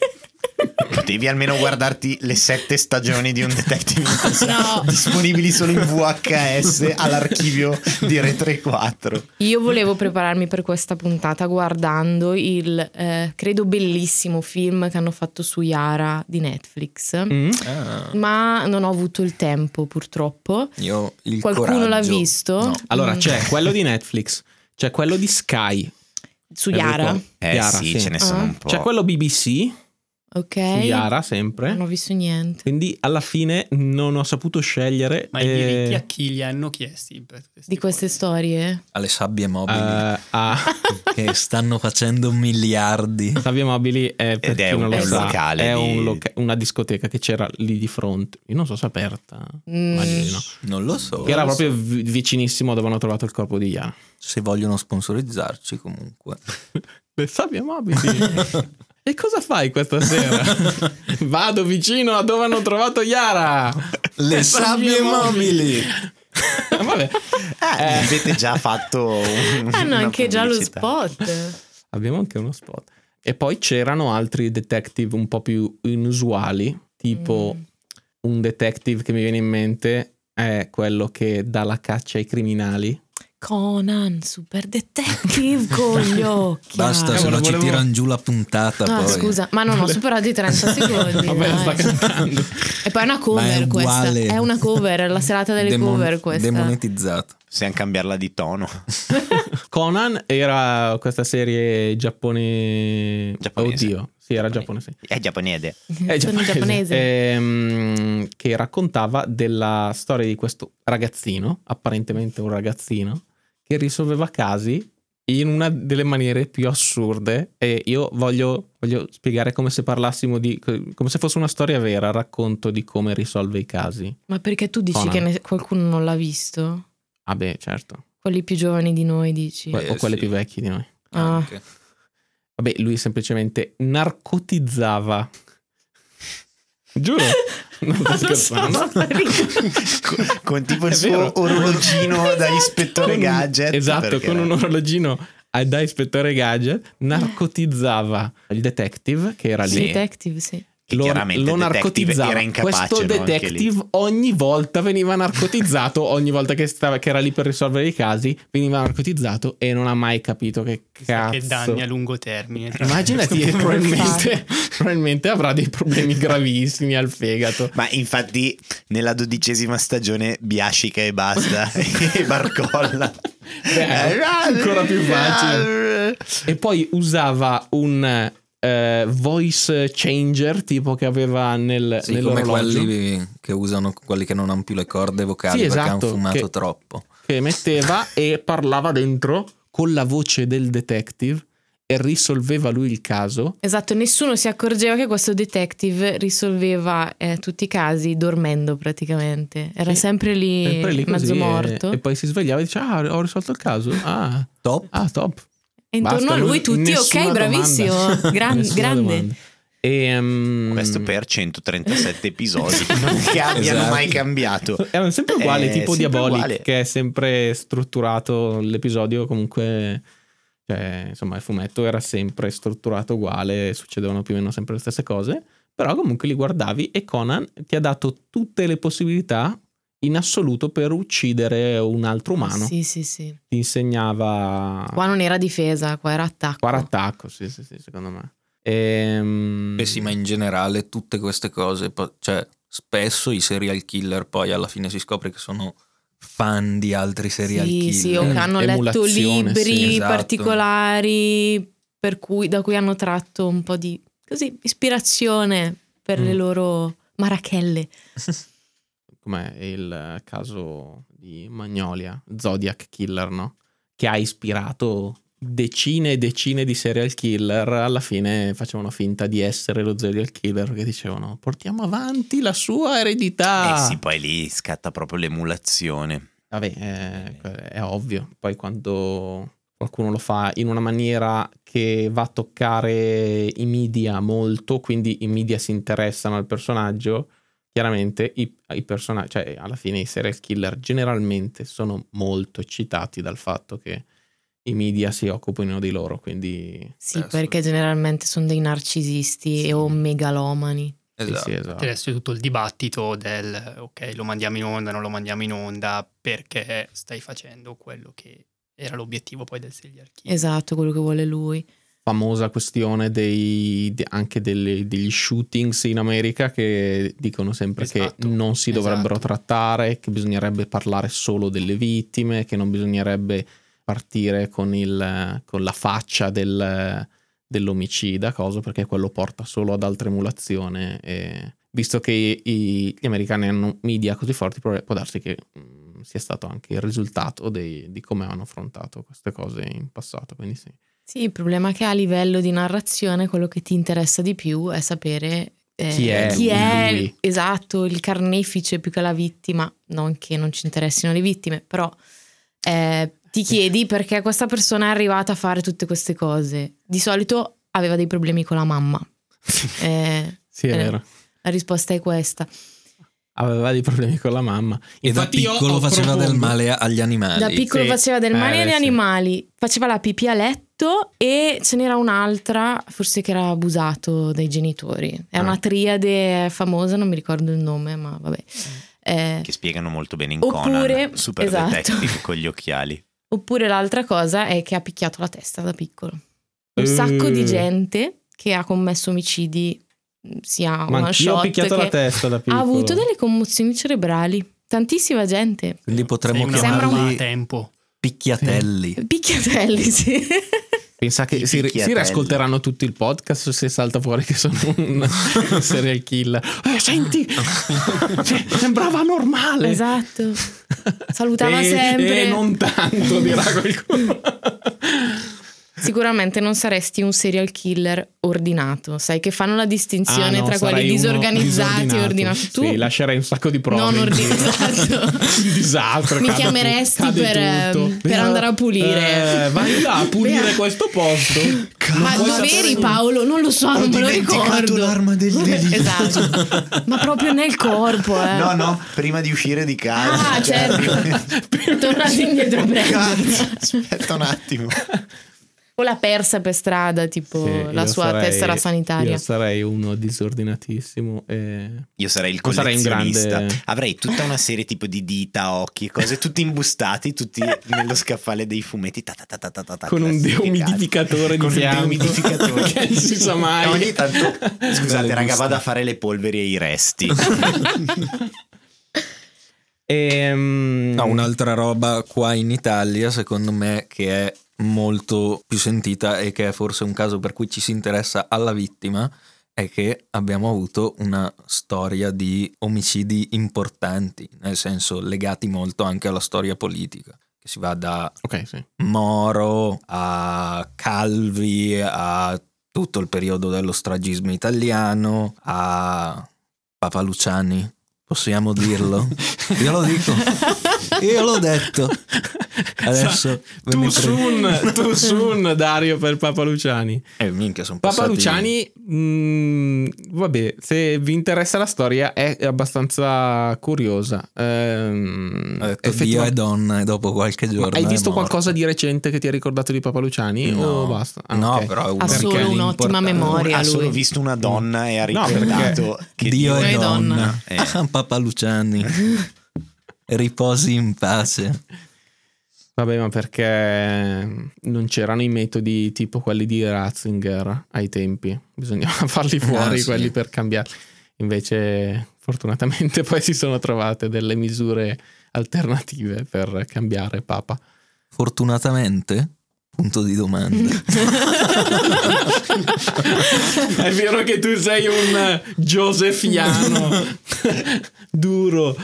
[SPEAKER 4] Potevi almeno guardarti le sette stagioni di un detective in corsia.
[SPEAKER 3] (laughs) No,
[SPEAKER 4] disponibili solo in VHS all'archivio di Re34.
[SPEAKER 3] Io volevo prepararmi per questa puntata guardando il eh, credo bellissimo film che hanno fatto su Yara di Netflix,
[SPEAKER 2] Mm?
[SPEAKER 5] Ah,
[SPEAKER 3] ma non ho avuto il tempo purtroppo.
[SPEAKER 5] io il
[SPEAKER 3] Qualcuno
[SPEAKER 5] coraggio-
[SPEAKER 3] l'ha visto?
[SPEAKER 5] No.
[SPEAKER 2] Allora,
[SPEAKER 3] Mm.
[SPEAKER 2] c'è quello di Netflix, c'è quello di Sky,
[SPEAKER 3] Su Yara.
[SPEAKER 2] Enrico. Chiara, sì.
[SPEAKER 4] Eh,
[SPEAKER 2] Cioè,
[SPEAKER 4] ne
[SPEAKER 3] Ah.
[SPEAKER 4] un po'.
[SPEAKER 2] c'è quello BBC
[SPEAKER 3] Ok.
[SPEAKER 2] Yara
[SPEAKER 3] Eh, Non
[SPEAKER 2] sempre.
[SPEAKER 3] ho visto niente.
[SPEAKER 2] Quindi alla fine non ho saputo scegliere.
[SPEAKER 1] Ma
[SPEAKER 2] eh,
[SPEAKER 1] i diritti a chi li hanno chiesti? per queste
[SPEAKER 3] Di queste
[SPEAKER 1] cose?
[SPEAKER 2] (laughs)
[SPEAKER 3] storie?
[SPEAKER 5] alle sabbie mobili
[SPEAKER 2] eh, a
[SPEAKER 5] che stanno facendo miliardi.
[SPEAKER 3] Mm.
[SPEAKER 2] Sabbia Mobili è, per
[SPEAKER 4] Ed è
[SPEAKER 2] chi non
[SPEAKER 4] un-
[SPEAKER 2] lo
[SPEAKER 3] è un
[SPEAKER 2] sa,
[SPEAKER 4] locale
[SPEAKER 2] è
[SPEAKER 4] di-
[SPEAKER 2] un loca- una discoteca che c'era lì di fronte. Io non so se è aperta.
[SPEAKER 3] Mm,
[SPEAKER 2] Immagino.
[SPEAKER 5] Non lo so.
[SPEAKER 2] Che era
[SPEAKER 3] lo so.
[SPEAKER 2] proprio vi- vicinissimo dove hanno trovato il corpo di Iana.
[SPEAKER 5] Se vogliono sponsorizzarci comunque.
[SPEAKER 2] Le sabbie mobili. e cosa fai questa sera? Vado vicino a dove hanno trovato Iara.
[SPEAKER 5] (laughs) Le sabbie mobili.
[SPEAKER 2] (laughs) Vabbè.
[SPEAKER 4] Eh,
[SPEAKER 2] Eh.
[SPEAKER 4] avete già
[SPEAKER 2] (laughs)
[SPEAKER 4] fatto un,
[SPEAKER 2] Ah,
[SPEAKER 3] Hanno
[SPEAKER 4] una
[SPEAKER 3] Ah, anche già lo
[SPEAKER 4] pubblicità.
[SPEAKER 3] spot.
[SPEAKER 2] Abbiamo anche uno spot. E poi c'erano altri detective un po' più inusuali, tipo
[SPEAKER 3] Mm.
[SPEAKER 2] un detective che mi viene in mente è quello che dà la caccia ai criminali.
[SPEAKER 3] Conan, super detective con (laughs) gli occhi.
[SPEAKER 5] Basta, se
[SPEAKER 2] Cavolo,
[SPEAKER 5] no ci
[SPEAKER 2] volevo-
[SPEAKER 5] tirano giù la puntata
[SPEAKER 3] Ah,
[SPEAKER 5] poi.
[SPEAKER 3] Eh, scusa, ma
[SPEAKER 5] (laughs)
[SPEAKER 3] non ho superato i 30
[SPEAKER 2] (laughs)
[SPEAKER 3] secondi.
[SPEAKER 2] Vabbè,
[SPEAKER 3] Oh, dai.
[SPEAKER 2] sta cantando.
[SPEAKER 3] E poi è una cover
[SPEAKER 5] Ma è
[SPEAKER 3] questa.
[SPEAKER 5] uguale.
[SPEAKER 3] È una cover, è la serata delle
[SPEAKER 5] Demon-
[SPEAKER 3] cover questa. (laughs)
[SPEAKER 5] Demonetizzata.
[SPEAKER 4] Possiamo cambiarla di tono.
[SPEAKER 2] Conan era questa serie giappone...
[SPEAKER 4] Giapponese.
[SPEAKER 2] Oddio, sì, era giapponese. (laughs)
[SPEAKER 4] È giapponese.
[SPEAKER 2] È
[SPEAKER 3] Sono
[SPEAKER 2] Eh, giapponese.
[SPEAKER 3] giapponese.
[SPEAKER 2] Ehm, che raccontava della storia di questo ragazzino, apparentemente un ragazzino, che risolveva casi in una delle maniere più assurde. E io voglio, voglio spiegare come se parlassimo di. come se fosse una storia vera, racconto di come risolve i casi.
[SPEAKER 3] Ma perché tu dici
[SPEAKER 2] Conan.
[SPEAKER 3] che ne- qualcuno non l'ha visto?
[SPEAKER 2] Ah, beh, certo.
[SPEAKER 3] Quelli più giovani di noi dici. (laughs)
[SPEAKER 2] Que- o
[SPEAKER 5] Eh,
[SPEAKER 2] quelle
[SPEAKER 5] sì.
[SPEAKER 2] più vecchie di noi.
[SPEAKER 3] Ah.
[SPEAKER 5] Anche.
[SPEAKER 2] Vabbè, lui semplicemente (laughs) narcotizzava. Giuro. Non
[SPEAKER 3] (laughs)
[SPEAKER 2] sto
[SPEAKER 3] Ma lo
[SPEAKER 2] scherzando.
[SPEAKER 3] so, ma fa ridere.
[SPEAKER 4] con, con tipo il
[SPEAKER 2] È
[SPEAKER 4] suo
[SPEAKER 2] vero.
[SPEAKER 4] orologino da
[SPEAKER 3] Esatto.
[SPEAKER 4] ispettore
[SPEAKER 2] Con-
[SPEAKER 4] gadget.
[SPEAKER 2] Esatto,
[SPEAKER 4] perché-
[SPEAKER 2] con un orologino a- da ispettore gadget narcotizzava il detective che era
[SPEAKER 3] Sì,
[SPEAKER 2] lì.
[SPEAKER 3] detective, sì.
[SPEAKER 4] Che
[SPEAKER 2] lo,
[SPEAKER 4] chiaramente il
[SPEAKER 2] lo
[SPEAKER 4] detective
[SPEAKER 2] narcotizzava.
[SPEAKER 4] era incapace,
[SPEAKER 2] Questo
[SPEAKER 4] no, anche
[SPEAKER 2] detective ogni volta veniva
[SPEAKER 4] (laughs)
[SPEAKER 2] narcotizzato, ogni volta che, stava, che era lì per risolvere i casi, veniva narcotizzato e non ha mai capito che
[SPEAKER 1] Chissà
[SPEAKER 2] cazzo.
[SPEAKER 1] Che danni a lungo termine. tra (laughs)
[SPEAKER 2] Immaginati,
[SPEAKER 1] l'altro.
[SPEAKER 2] probabilmente, probabilmente avrà dei problemi gravissimi al fegato.
[SPEAKER 4] Ma infatti nella dodicesima stagione Biascica e basta (laughs)
[SPEAKER 5] (laughs)
[SPEAKER 4] e Barcolla.
[SPEAKER 2] Beh, ancora più facile. E poi usava un eh, voice changer tipo che aveva Eh, nel,
[SPEAKER 5] Sì, come
[SPEAKER 2] nell'orologio
[SPEAKER 5] quelli che usano quelli che non hanno più le corde vocali
[SPEAKER 2] Sì,
[SPEAKER 5] perché hanno
[SPEAKER 2] esatto,
[SPEAKER 5] fumato
[SPEAKER 2] che-
[SPEAKER 5] troppo.
[SPEAKER 2] che metteva e parlava dentro con la voce del detective e risolveva lui il caso.
[SPEAKER 3] Esatto, nessuno si accorgeva che questo detective risolveva eh, tutti i casi dormendo praticamente. Era
[SPEAKER 2] Sì,
[SPEAKER 3] sempre lì,
[SPEAKER 2] Sempre lì così,
[SPEAKER 3] mezzo
[SPEAKER 2] e-
[SPEAKER 3] morto.
[SPEAKER 2] E, poi si svegliava e diceva "Ah, ho risolto il caso". Ah,
[SPEAKER 5] Top.
[SPEAKER 2] ah top.
[SPEAKER 3] E intorno
[SPEAKER 2] Basta,
[SPEAKER 3] a lui tutti,
[SPEAKER 2] nessuna
[SPEAKER 3] ok, bravissimo,
[SPEAKER 2] domanda. (laughs)
[SPEAKER 3] gran-
[SPEAKER 2] Nessuna
[SPEAKER 3] grande.
[SPEAKER 2] domanda. E, ehm,
[SPEAKER 4] Questo per 137
[SPEAKER 2] (laughs)
[SPEAKER 4] episodi non che abbiano
[SPEAKER 5] Esatto.
[SPEAKER 4] mai cambiato.
[SPEAKER 2] Erano sempre uguali,
[SPEAKER 4] Eh,
[SPEAKER 2] tipo
[SPEAKER 4] sempre
[SPEAKER 2] Diabolic,
[SPEAKER 4] uguale.
[SPEAKER 2] che è sempre strutturato l'episodio comunque... Cioè, insomma, il fumetto era sempre strutturato uguale, succedevano più o meno sempre le stesse cose, però comunque li guardavi e Conan ti ha dato tutte le possibilità in assoluto per uccidere un
[SPEAKER 4] Ah,
[SPEAKER 2] altro umano. Ah.
[SPEAKER 3] Sì, sì, sì.
[SPEAKER 2] Ti insegnava...
[SPEAKER 3] Qua non era difesa, qua era attacco.
[SPEAKER 2] Quara attacco, sì, sì, sì, secondo me. Ehm...
[SPEAKER 5] Eh sì, ma in generale tutte queste cose, po- cioè spesso i serial killer poi alla fine si scopre che sono fan di altri serial
[SPEAKER 3] Sì,
[SPEAKER 5] killer.
[SPEAKER 3] sì, o che hanno letto
[SPEAKER 2] Emulazione,
[SPEAKER 3] libri
[SPEAKER 2] sì,
[SPEAKER 5] esatto.
[SPEAKER 3] particolari per cui- da cui hanno tratto un po' di così, ispirazione per le
[SPEAKER 2] Mm.
[SPEAKER 3] loro marachelle.
[SPEAKER 2] come il eh, caso di Magnolia, Zodiac Killer, no? Che ha ispirato decine e decine di serial killer. Alla fine facevano finta di essere lo serial killer che dicevano portiamo avanti la sua
[SPEAKER 4] Eh
[SPEAKER 2] eredità.
[SPEAKER 4] sì, poi lì scatta proprio l'emulazione.
[SPEAKER 2] Vabbè, eh, que- è ovvio. Poi quando qualcuno lo fa in una maniera che va a toccare i media molto, quindi i media si interessano al personaggio, chiaramente i, i personaggi, cioè alla fine i serial killer generalmente sono molto eccitati dal fatto che i media si occupino di loro, quindi...
[SPEAKER 3] Sì,
[SPEAKER 5] Beh,
[SPEAKER 3] perché
[SPEAKER 5] assolutamente.
[SPEAKER 3] generalmente sono dei narcisisti e o megalomani.
[SPEAKER 2] Sì,
[SPEAKER 5] Esatto.
[SPEAKER 2] sì, esatto.
[SPEAKER 1] Adesso è tutto il dibattito del ok, lo mandiamo in onda, non lo mandiamo in onda, perché stai facendo quello che era l'obiettivo poi del serial killer.
[SPEAKER 3] Esatto, quello che vuole lui.
[SPEAKER 2] famosa questione dei, de- anche delle- degli shootings in America che dicono sempre che
[SPEAKER 1] Esatto,
[SPEAKER 2] non si dovrebbero
[SPEAKER 1] esatto.
[SPEAKER 2] trattare, che bisognerebbe parlare solo delle vittime, che non bisognerebbe partire con, il, con la faccia del, dell'omicida, cosa perché quello porta solo ad altra emulazione. E visto che i- gli americani hanno media così forti, prob- può darsi che mm, sia stato anche il risultato dei- di come hanno affrontato queste cose in passato. Quindi sì.
[SPEAKER 3] Sì, il problema è che a livello di narrazione quello che ti interessa di più è sapere eh,
[SPEAKER 2] Chi è
[SPEAKER 3] chi è,
[SPEAKER 2] lui?
[SPEAKER 3] esatto, il carnefice più che la vittima. Non che non ci interessino le vittime, però eh, ti chiedi perché questa persona è arrivata a fare tutte queste cose. Di solito aveva dei problemi con
[SPEAKER 2] (laughs)
[SPEAKER 3] la mamma. Eh,
[SPEAKER 2] Sì, è
[SPEAKER 3] Eh.
[SPEAKER 2] vero.
[SPEAKER 3] la risposta è questa.
[SPEAKER 2] Aveva dei problemi con la mamma.
[SPEAKER 5] E da
[SPEAKER 2] Infatti io
[SPEAKER 5] piccolo
[SPEAKER 2] ho
[SPEAKER 5] faceva del
[SPEAKER 2] profondo-
[SPEAKER 5] male agli animali.
[SPEAKER 3] Da piccolo
[SPEAKER 2] Ah, sì.
[SPEAKER 3] faceva del male
[SPEAKER 2] Eh,
[SPEAKER 3] agli
[SPEAKER 2] sì.
[SPEAKER 3] animali, faceva la pipì a letto e ce n'era un'altra, forse che era abusato dai genitori. È
[SPEAKER 2] Ah.
[SPEAKER 3] una triade famosa, non mi ricordo il nome, ma vabbè. Eh,
[SPEAKER 4] Che spiegano molto bene in
[SPEAKER 3] Oppure-
[SPEAKER 4] Conan, super
[SPEAKER 3] esatto.
[SPEAKER 4] detective con gli occhiali.
[SPEAKER 3] oppure l'altra cosa è che ha picchiato la testa da piccolo. Un
[SPEAKER 2] Eh.
[SPEAKER 3] sacco di gente che ha commesso omicidi mh, sia
[SPEAKER 2] Ma
[SPEAKER 3] one
[SPEAKER 2] anch'io
[SPEAKER 3] shot
[SPEAKER 2] ho picchiato la
[SPEAKER 3] che
[SPEAKER 2] testa da
[SPEAKER 3] ha
[SPEAKER 2] piccolo.
[SPEAKER 3] avuto delle commozioni cerebrali. Tantissima gente.
[SPEAKER 5] Quindi potremmo
[SPEAKER 1] Sei una mamma a
[SPEAKER 5] chiamarli
[SPEAKER 1] tempo.
[SPEAKER 5] picchiatelli.
[SPEAKER 3] Picchiatelli, sì.
[SPEAKER 2] Pensa che si,
[SPEAKER 4] I
[SPEAKER 2] si
[SPEAKER 4] picchiatelli.
[SPEAKER 2] riascolteranno tutto il podcast se salta fuori che sono (laughs) un serial killer. Eh, (laughs) senti, cioè, sembrava normale.
[SPEAKER 3] Esatto. Salutava
[SPEAKER 2] Eh,
[SPEAKER 3] sempre.
[SPEAKER 2] eh, non tanto, dirà qualcuno.
[SPEAKER 3] (laughs) Sicuramente non saresti un serial killer ordinato. Sai che fanno la distinzione
[SPEAKER 2] Ah, no,
[SPEAKER 3] tra quelli
[SPEAKER 2] sarai uno
[SPEAKER 3] disorganizzati e
[SPEAKER 2] disordinato.
[SPEAKER 3] ordinati. Tu
[SPEAKER 2] Sì, lascerei un sacco di prove. (laughs)
[SPEAKER 3] non
[SPEAKER 2] in giro.
[SPEAKER 3] ordinato.
[SPEAKER 2] Un disastro.
[SPEAKER 3] Mi
[SPEAKER 2] cade
[SPEAKER 3] chiameresti
[SPEAKER 2] tutto, cade
[SPEAKER 3] per,
[SPEAKER 2] tutto.
[SPEAKER 3] ehm, per andare a pulire.
[SPEAKER 2] Eh, vai là a
[SPEAKER 3] (laughs)
[SPEAKER 2] pulire
[SPEAKER 3] Beh,
[SPEAKER 2] questo posto.
[SPEAKER 3] Ma,
[SPEAKER 2] puoi
[SPEAKER 3] ma
[SPEAKER 2] sapere
[SPEAKER 3] veri
[SPEAKER 2] nulla.
[SPEAKER 3] Paolo? Non lo so, non me lo
[SPEAKER 4] dimenticato
[SPEAKER 3] ricordo.
[SPEAKER 4] l'arma del
[SPEAKER 3] (laughs)
[SPEAKER 4] delitto.
[SPEAKER 3] Esatto. Ma proprio nel corpo, eh.
[SPEAKER 4] No, no, prima di uscire di casa. Cioè,
[SPEAKER 3] Ah,
[SPEAKER 4] (laughs)
[SPEAKER 3] certo. (laughs)
[SPEAKER 2] (laughs)
[SPEAKER 3] Tornati indietro a (laughs)
[SPEAKER 4] Cazzo,
[SPEAKER 3] prenderla.
[SPEAKER 4] aspetta un attimo.
[SPEAKER 3] O la persa per strada, tipo
[SPEAKER 2] Sì,
[SPEAKER 3] la
[SPEAKER 2] io
[SPEAKER 3] sua
[SPEAKER 2] sarei-
[SPEAKER 3] tessera sanitaria.
[SPEAKER 2] Io sarei uno disordinatissimo. E...
[SPEAKER 4] Io sarei il
[SPEAKER 2] Non sarei un
[SPEAKER 4] collezionista.
[SPEAKER 2] grande-
[SPEAKER 4] Avrei tutta una serie tipo di dita, occhi e cose, tutti imbustati,
[SPEAKER 2] (laughs)
[SPEAKER 4] tutti nello scaffale dei fumetti. ta ta ta ta ta ta ta,
[SPEAKER 2] con un
[SPEAKER 4] classificati.
[SPEAKER 2] deumidificatore di
[SPEAKER 4] Con un
[SPEAKER 2] fianco.
[SPEAKER 4] deumidificatore.
[SPEAKER 2] (laughs) che si sa mai.
[SPEAKER 4] E Cioè, ogni tanto, scusate
[SPEAKER 5] Dalle
[SPEAKER 4] raga,
[SPEAKER 5] buste.
[SPEAKER 4] vado a fare le polveri e i resti.
[SPEAKER 2] Ehm,
[SPEAKER 5] No, un'altra roba qua in Italia, secondo me, che è molto più sentita e che è forse un caso per cui ci si interessa alla vittima, è che abbiamo avuto una storia di omicidi importanti, nel senso legati molto anche alla storia politica, che si va da
[SPEAKER 2] Ok, sì.
[SPEAKER 5] Moro a Calvi a tutto il periodo dello stragismo italiano a Papa Luciani.
[SPEAKER 2] (laughs)
[SPEAKER 5] Possiamo dirlo? Io lo dico. Io l'ho detto. Adesso ve
[SPEAKER 2] Tu
[SPEAKER 5] ne frega.
[SPEAKER 2] soon, tu soon, Dario per Papa Luciani.
[SPEAKER 5] Eh, minchia, sono
[SPEAKER 2] Papa
[SPEAKER 5] passati-
[SPEAKER 2] Luciani, mm, vabbè, se vi interessa la storia è abbastanza curiosa. Ehm,
[SPEAKER 5] Ha detto Dio
[SPEAKER 2] effettivamente-
[SPEAKER 5] è donna e dopo qualche
[SPEAKER 2] Ma
[SPEAKER 5] giorno
[SPEAKER 2] hai
[SPEAKER 5] è
[SPEAKER 2] visto
[SPEAKER 5] morto.
[SPEAKER 2] qualcosa di recente che ti ha ricordato di Papa Luciani
[SPEAKER 5] No.
[SPEAKER 2] o basta? Ah,
[SPEAKER 5] no,
[SPEAKER 2] ok.
[SPEAKER 5] però è
[SPEAKER 3] Ha
[SPEAKER 5] uno
[SPEAKER 3] solo
[SPEAKER 2] Perché?
[SPEAKER 3] un'ottima
[SPEAKER 5] importante.
[SPEAKER 3] memoria
[SPEAKER 4] ha solo
[SPEAKER 3] lui.
[SPEAKER 4] visto una donna e ha
[SPEAKER 2] No, perché
[SPEAKER 4] ricordato che
[SPEAKER 5] Dio
[SPEAKER 3] Dio
[SPEAKER 5] è
[SPEAKER 3] è
[SPEAKER 5] donna.
[SPEAKER 4] donna. Eh.
[SPEAKER 5] Ah, (laughs) Papa Luciani.
[SPEAKER 2] Eh.
[SPEAKER 5] Riposi in pace.
[SPEAKER 2] Vabbè, ma perché non c'erano i metodi tipo quelli di Ratzinger ai tempi, bisognava (laughs) farli fuori
[SPEAKER 5] Ah, sì.
[SPEAKER 2] quelli per cambiare. Invece, fortunatamente, (laughs) poi si sono trovate delle misure alternative per cambiare
[SPEAKER 5] (laughs)
[SPEAKER 2] Papa.
[SPEAKER 5] Fortunatamente? Punto
[SPEAKER 3] (laughs)
[SPEAKER 5] di domanda.
[SPEAKER 2] È vero che tu sei un Josefiano (laughs) duro.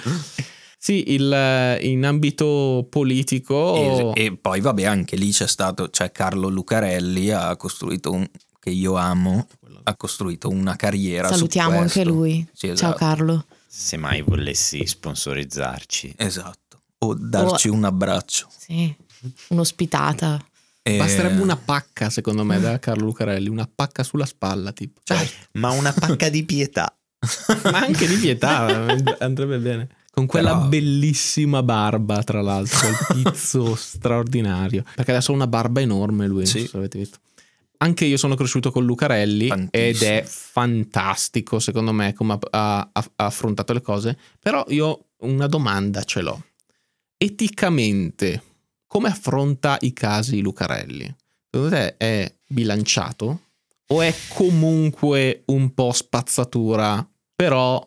[SPEAKER 2] Sì, il- eh, in ambito politico.
[SPEAKER 5] E, e poi vabbè anche lì c'è stato, cioè Carlo Lucarelli ha costruito un, che io amo, ha costruito una carriera. su
[SPEAKER 3] Salutiamo
[SPEAKER 5] questo.
[SPEAKER 3] anche lui.
[SPEAKER 5] Sì,
[SPEAKER 3] Ciao
[SPEAKER 5] esatto.
[SPEAKER 3] Carlo.
[SPEAKER 4] Se mai volessi sponsorizzarci.
[SPEAKER 5] Esatto. O darci un abbraccio. Eh,
[SPEAKER 3] Sì, un'ospitata.
[SPEAKER 5] E-
[SPEAKER 2] Basterebbe una pacca, secondo me, da Carlo Lucarelli, una pacca sulla spalla, tipo. Dai.
[SPEAKER 4] Ma una pacca di pietà.
[SPEAKER 2] ma anche di pietà (laughs) andrebbe bene. Con quella
[SPEAKER 5] Però-
[SPEAKER 2] bellissima barba, tra l'altro,
[SPEAKER 5] (laughs)
[SPEAKER 2] il pizzo straordinario. Perché adesso ha una barba enorme lui,
[SPEAKER 5] Sì.
[SPEAKER 2] non so se avete visto. Anche io sono cresciuto con Lucarelli ed
[SPEAKER 5] Tantissimo.
[SPEAKER 2] è fantastico, secondo me, come ha, ha- ha affrontato le cose. Però io una domanda ce l'ho. Eticamente, come affronta i casi Lucarelli? Secondo te è bilanciato? O è comunque un po' spazzatura, però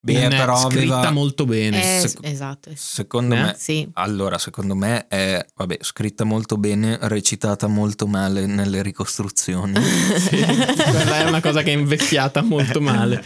[SPEAKER 5] Beh,
[SPEAKER 2] non è
[SPEAKER 5] però
[SPEAKER 2] scritta
[SPEAKER 5] aveva-
[SPEAKER 2] molto bene.
[SPEAKER 5] Eh,
[SPEAKER 3] Eh, (laughs)
[SPEAKER 5] sec-
[SPEAKER 3] esatto. es-
[SPEAKER 5] Secondo
[SPEAKER 2] Eh?
[SPEAKER 5] me,
[SPEAKER 3] (laughs) Sì.
[SPEAKER 5] allora, secondo me è vabbè, scritta molto bene, recitata molto male nelle ricostruzioni.
[SPEAKER 3] (laughs)
[SPEAKER 2] Quella è una cosa che è invecchiata molto male.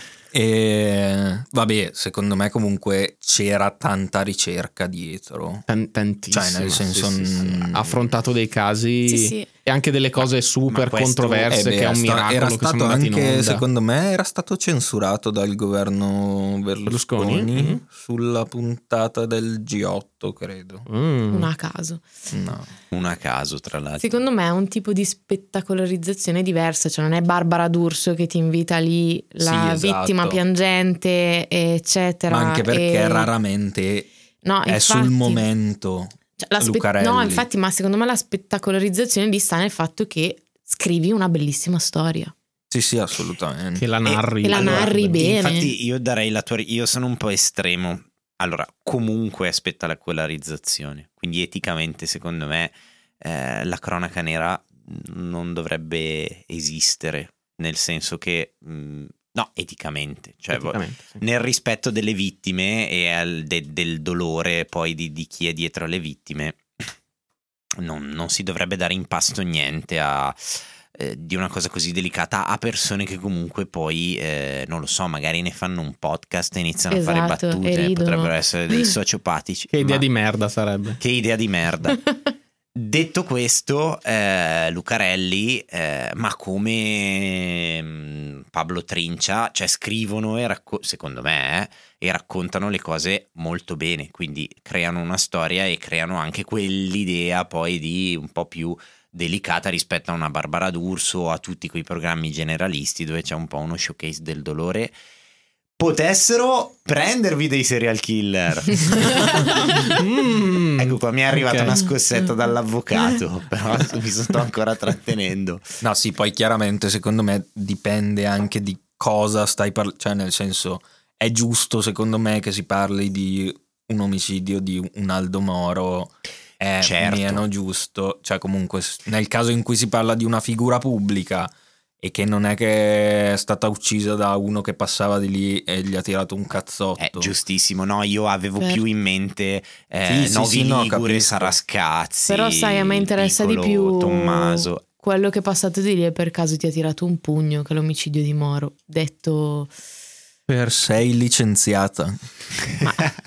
[SPEAKER 5] e vabbè, secondo me comunque c'era tanta ricerca dietro.
[SPEAKER 2] Tan- tantissimo.
[SPEAKER 5] Cioè, nel senso,
[SPEAKER 2] Sì, sì, sì.
[SPEAKER 5] mm,
[SPEAKER 2] Ha affrontato dei casi
[SPEAKER 3] Sì, sì.
[SPEAKER 2] e anche delle cose super
[SPEAKER 4] questo-
[SPEAKER 2] controverse,
[SPEAKER 5] Eh beh,
[SPEAKER 2] che è un
[SPEAKER 5] sta-
[SPEAKER 2] miracolo
[SPEAKER 5] era
[SPEAKER 2] che
[SPEAKER 5] stato
[SPEAKER 2] sono andati in
[SPEAKER 5] anche,
[SPEAKER 2] onda.
[SPEAKER 5] secondo me, era stato censurato dal governo Berlusconi,
[SPEAKER 2] Berlusconi? Mhm.
[SPEAKER 5] sulla puntata del G8, credo.
[SPEAKER 2] Mm.
[SPEAKER 3] Un a caso.
[SPEAKER 5] No.
[SPEAKER 4] Una a caso, tra
[SPEAKER 5] Ah,
[SPEAKER 4] l'altro.
[SPEAKER 3] Secondo me è un tipo di spettacolarizzazione diversa, cioè non è Barbara D'Urso che ti invita lì la
[SPEAKER 5] Sì, esatto.
[SPEAKER 3] vittima piangente, eccetera.
[SPEAKER 5] Ma anche perché
[SPEAKER 3] e-
[SPEAKER 5] raramente
[SPEAKER 3] No,
[SPEAKER 5] è sul
[SPEAKER 3] infatti.
[SPEAKER 5] momento.
[SPEAKER 3] Cioè, la spe-
[SPEAKER 5] Lucarelli.
[SPEAKER 3] No, infatti, ma secondo me la spettacolarizzazione lì sta nel fatto che scrivi una bellissima storia.
[SPEAKER 5] Sì, sì, assolutamente.
[SPEAKER 2] Che la narri.
[SPEAKER 3] Eh, Che la
[SPEAKER 4] Allora,
[SPEAKER 3] narri bene.
[SPEAKER 4] Infatti, io darei la tua. Io sono un po' estremo. Allora, comunque aspetta la colarizzazione. Quindi, eticamente, secondo me, eh, la cronaca nera non dovrebbe esistere. Nel senso che. mh, no, eticamente. Cioè, vo-
[SPEAKER 2] Praticamente, sì.
[SPEAKER 4] nel rispetto delle vittime e al- de- del dolore poi di, di chi è dietro alle vittime, non, non si dovrebbe dare in pasto niente a, eh, di una cosa così delicata a persone che comunque poi, eh, non lo so, magari ne fanno un podcast e iniziano a fare
[SPEAKER 3] Esatto, e
[SPEAKER 4] battute,
[SPEAKER 3] ridono.
[SPEAKER 4] potrebbero essere
[SPEAKER 3] (clears throat)
[SPEAKER 4] dei sociopatici.
[SPEAKER 2] Che idea
[SPEAKER 4] ma
[SPEAKER 2] di merda
[SPEAKER 3] (laughs)
[SPEAKER 2] sarebbe.
[SPEAKER 4] Che idea di merda. Detto questo, eh, Lucarelli, eh, ma come mm, Pablo Trincia, cioè scrivono e racco- secondo me, eh, e raccontano le cose molto bene, quindi creano una storia e creano anche quell'idea poi di un po' più delicata rispetto a una Barbara D'Urso o a tutti quei programmi generalisti dove c'è un po' uno showcase del dolore. Potessero prendervi dei serial killer.
[SPEAKER 2] Mm.
[SPEAKER 4] Ecco qua, mi è arrivata
[SPEAKER 2] Ok.
[SPEAKER 4] una
[SPEAKER 3] Mm. (laughs)
[SPEAKER 4] scossetta dall'avvocato, però mi sto ancora trattenendo.
[SPEAKER 5] No, sì, poi chiaramente secondo me dipende anche di cosa stai parlando, cioè nel senso è giusto secondo me che si parli di un omicidio di un Aldo Moro, è
[SPEAKER 4] Certo.
[SPEAKER 5] meno giusto, cioè comunque s- nel caso in cui si parla di una figura pubblica e che non è che è stata uccisa da uno che passava di lì e gli ha tirato un cazzotto.
[SPEAKER 4] È giustissimo, no? Io avevo
[SPEAKER 3] Certo.
[SPEAKER 4] più in mente eh,
[SPEAKER 5] Sì, sì,
[SPEAKER 4] Novi
[SPEAKER 5] sì, no,
[SPEAKER 4] Ligure,
[SPEAKER 5] capisco.
[SPEAKER 4] Sarascazzi.
[SPEAKER 3] Però, sai, a me interessa di
[SPEAKER 4] Piccolo,
[SPEAKER 3] più
[SPEAKER 4] Tommaso.
[SPEAKER 3] (laughs) quello che è passato di lì e per caso ti ha tirato un pugno che è l'omicidio di Moro. Detto.
[SPEAKER 5] Per sei licenziata.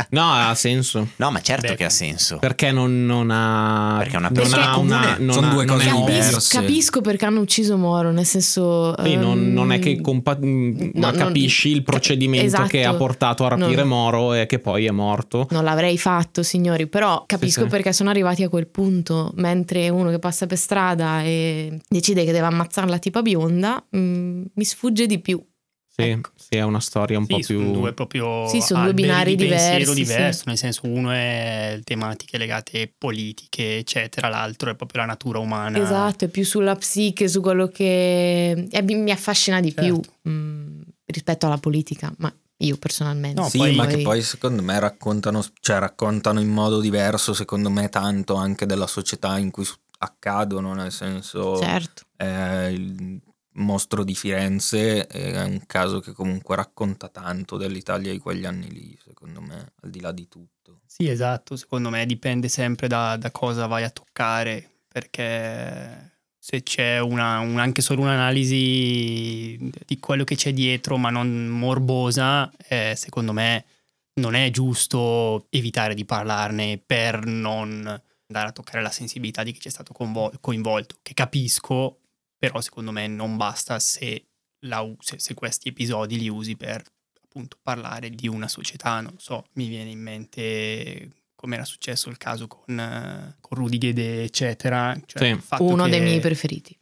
[SPEAKER 2] No, ha senso.
[SPEAKER 4] No, ma certo
[SPEAKER 1] Beh,
[SPEAKER 4] che ha senso.
[SPEAKER 2] Perché non, non ha.
[SPEAKER 4] Perché è una
[SPEAKER 2] non
[SPEAKER 4] persona
[SPEAKER 2] ha
[SPEAKER 4] comune.
[SPEAKER 2] una. non
[SPEAKER 5] Sono
[SPEAKER 2] ha-
[SPEAKER 5] due
[SPEAKER 2] non
[SPEAKER 5] cose
[SPEAKER 2] è un-
[SPEAKER 5] diverse.
[SPEAKER 3] Capisco, capisco perché hanno ucciso Moro, nel senso.
[SPEAKER 2] Sì, non,
[SPEAKER 3] ehm,
[SPEAKER 2] non è che compa- mh, ma
[SPEAKER 3] no, non-
[SPEAKER 2] capisci il procedimento
[SPEAKER 3] esatto.
[SPEAKER 2] che ha portato a rapire
[SPEAKER 3] Non-
[SPEAKER 2] Moro e che poi è morto.
[SPEAKER 3] Non l'avrei fatto, signori, però capisco
[SPEAKER 2] sì.
[SPEAKER 3] perché sono arrivati a quel punto, mentre uno che passa per strada e decide che deve ammazzare la tipa bionda, mm, mi sfugge di più.
[SPEAKER 2] Sì,
[SPEAKER 3] Ecco.
[SPEAKER 2] sì, è una storia un
[SPEAKER 1] Sì,
[SPEAKER 2] po'
[SPEAKER 1] sono
[SPEAKER 2] più.
[SPEAKER 1] due proprio
[SPEAKER 3] Sì, sono due
[SPEAKER 1] alberi
[SPEAKER 3] binari
[SPEAKER 1] di pensiero
[SPEAKER 3] diversi, sì.
[SPEAKER 1] diverso, nel senso uno è tematiche legate politiche, eccetera, l'altro è proprio la natura umana.
[SPEAKER 3] Esatto, è più sulla psiche, su quello che eh, mi mi affascina di
[SPEAKER 1] Certo.
[SPEAKER 3] più mm, rispetto alla politica, ma io personalmente.
[SPEAKER 1] No,
[SPEAKER 5] sì,
[SPEAKER 1] poi-
[SPEAKER 5] ma che poi secondo me raccontano, cioè, raccontano in modo diverso, secondo me, tanto anche della società in cui s- accadono, nel senso
[SPEAKER 3] Certo.
[SPEAKER 5] eh, il mostro di Firenze è un caso che comunque racconta tanto dell'Italia di quegli anni lì, secondo me, al di là di tutto.
[SPEAKER 1] Sì, esatto, secondo me dipende sempre da, da cosa vai a toccare, perché se c'è una- un- anche solo un'analisi di quello che c'è dietro, ma non morbosa, eh, secondo me non è giusto evitare di parlarne per non andare a toccare la sensibilità di chi c'è stato convol- coinvolto, che capisco, però secondo me non basta se, la u- se- se questi episodi li usi per appunto parlare di una società, non so, mi viene in mente come era successo il caso con, eh, con Rudy Gede, eccetera. Cioè,
[SPEAKER 2] Sì.
[SPEAKER 1] il fatto
[SPEAKER 3] Uno dei
[SPEAKER 1] che
[SPEAKER 3] miei preferiti.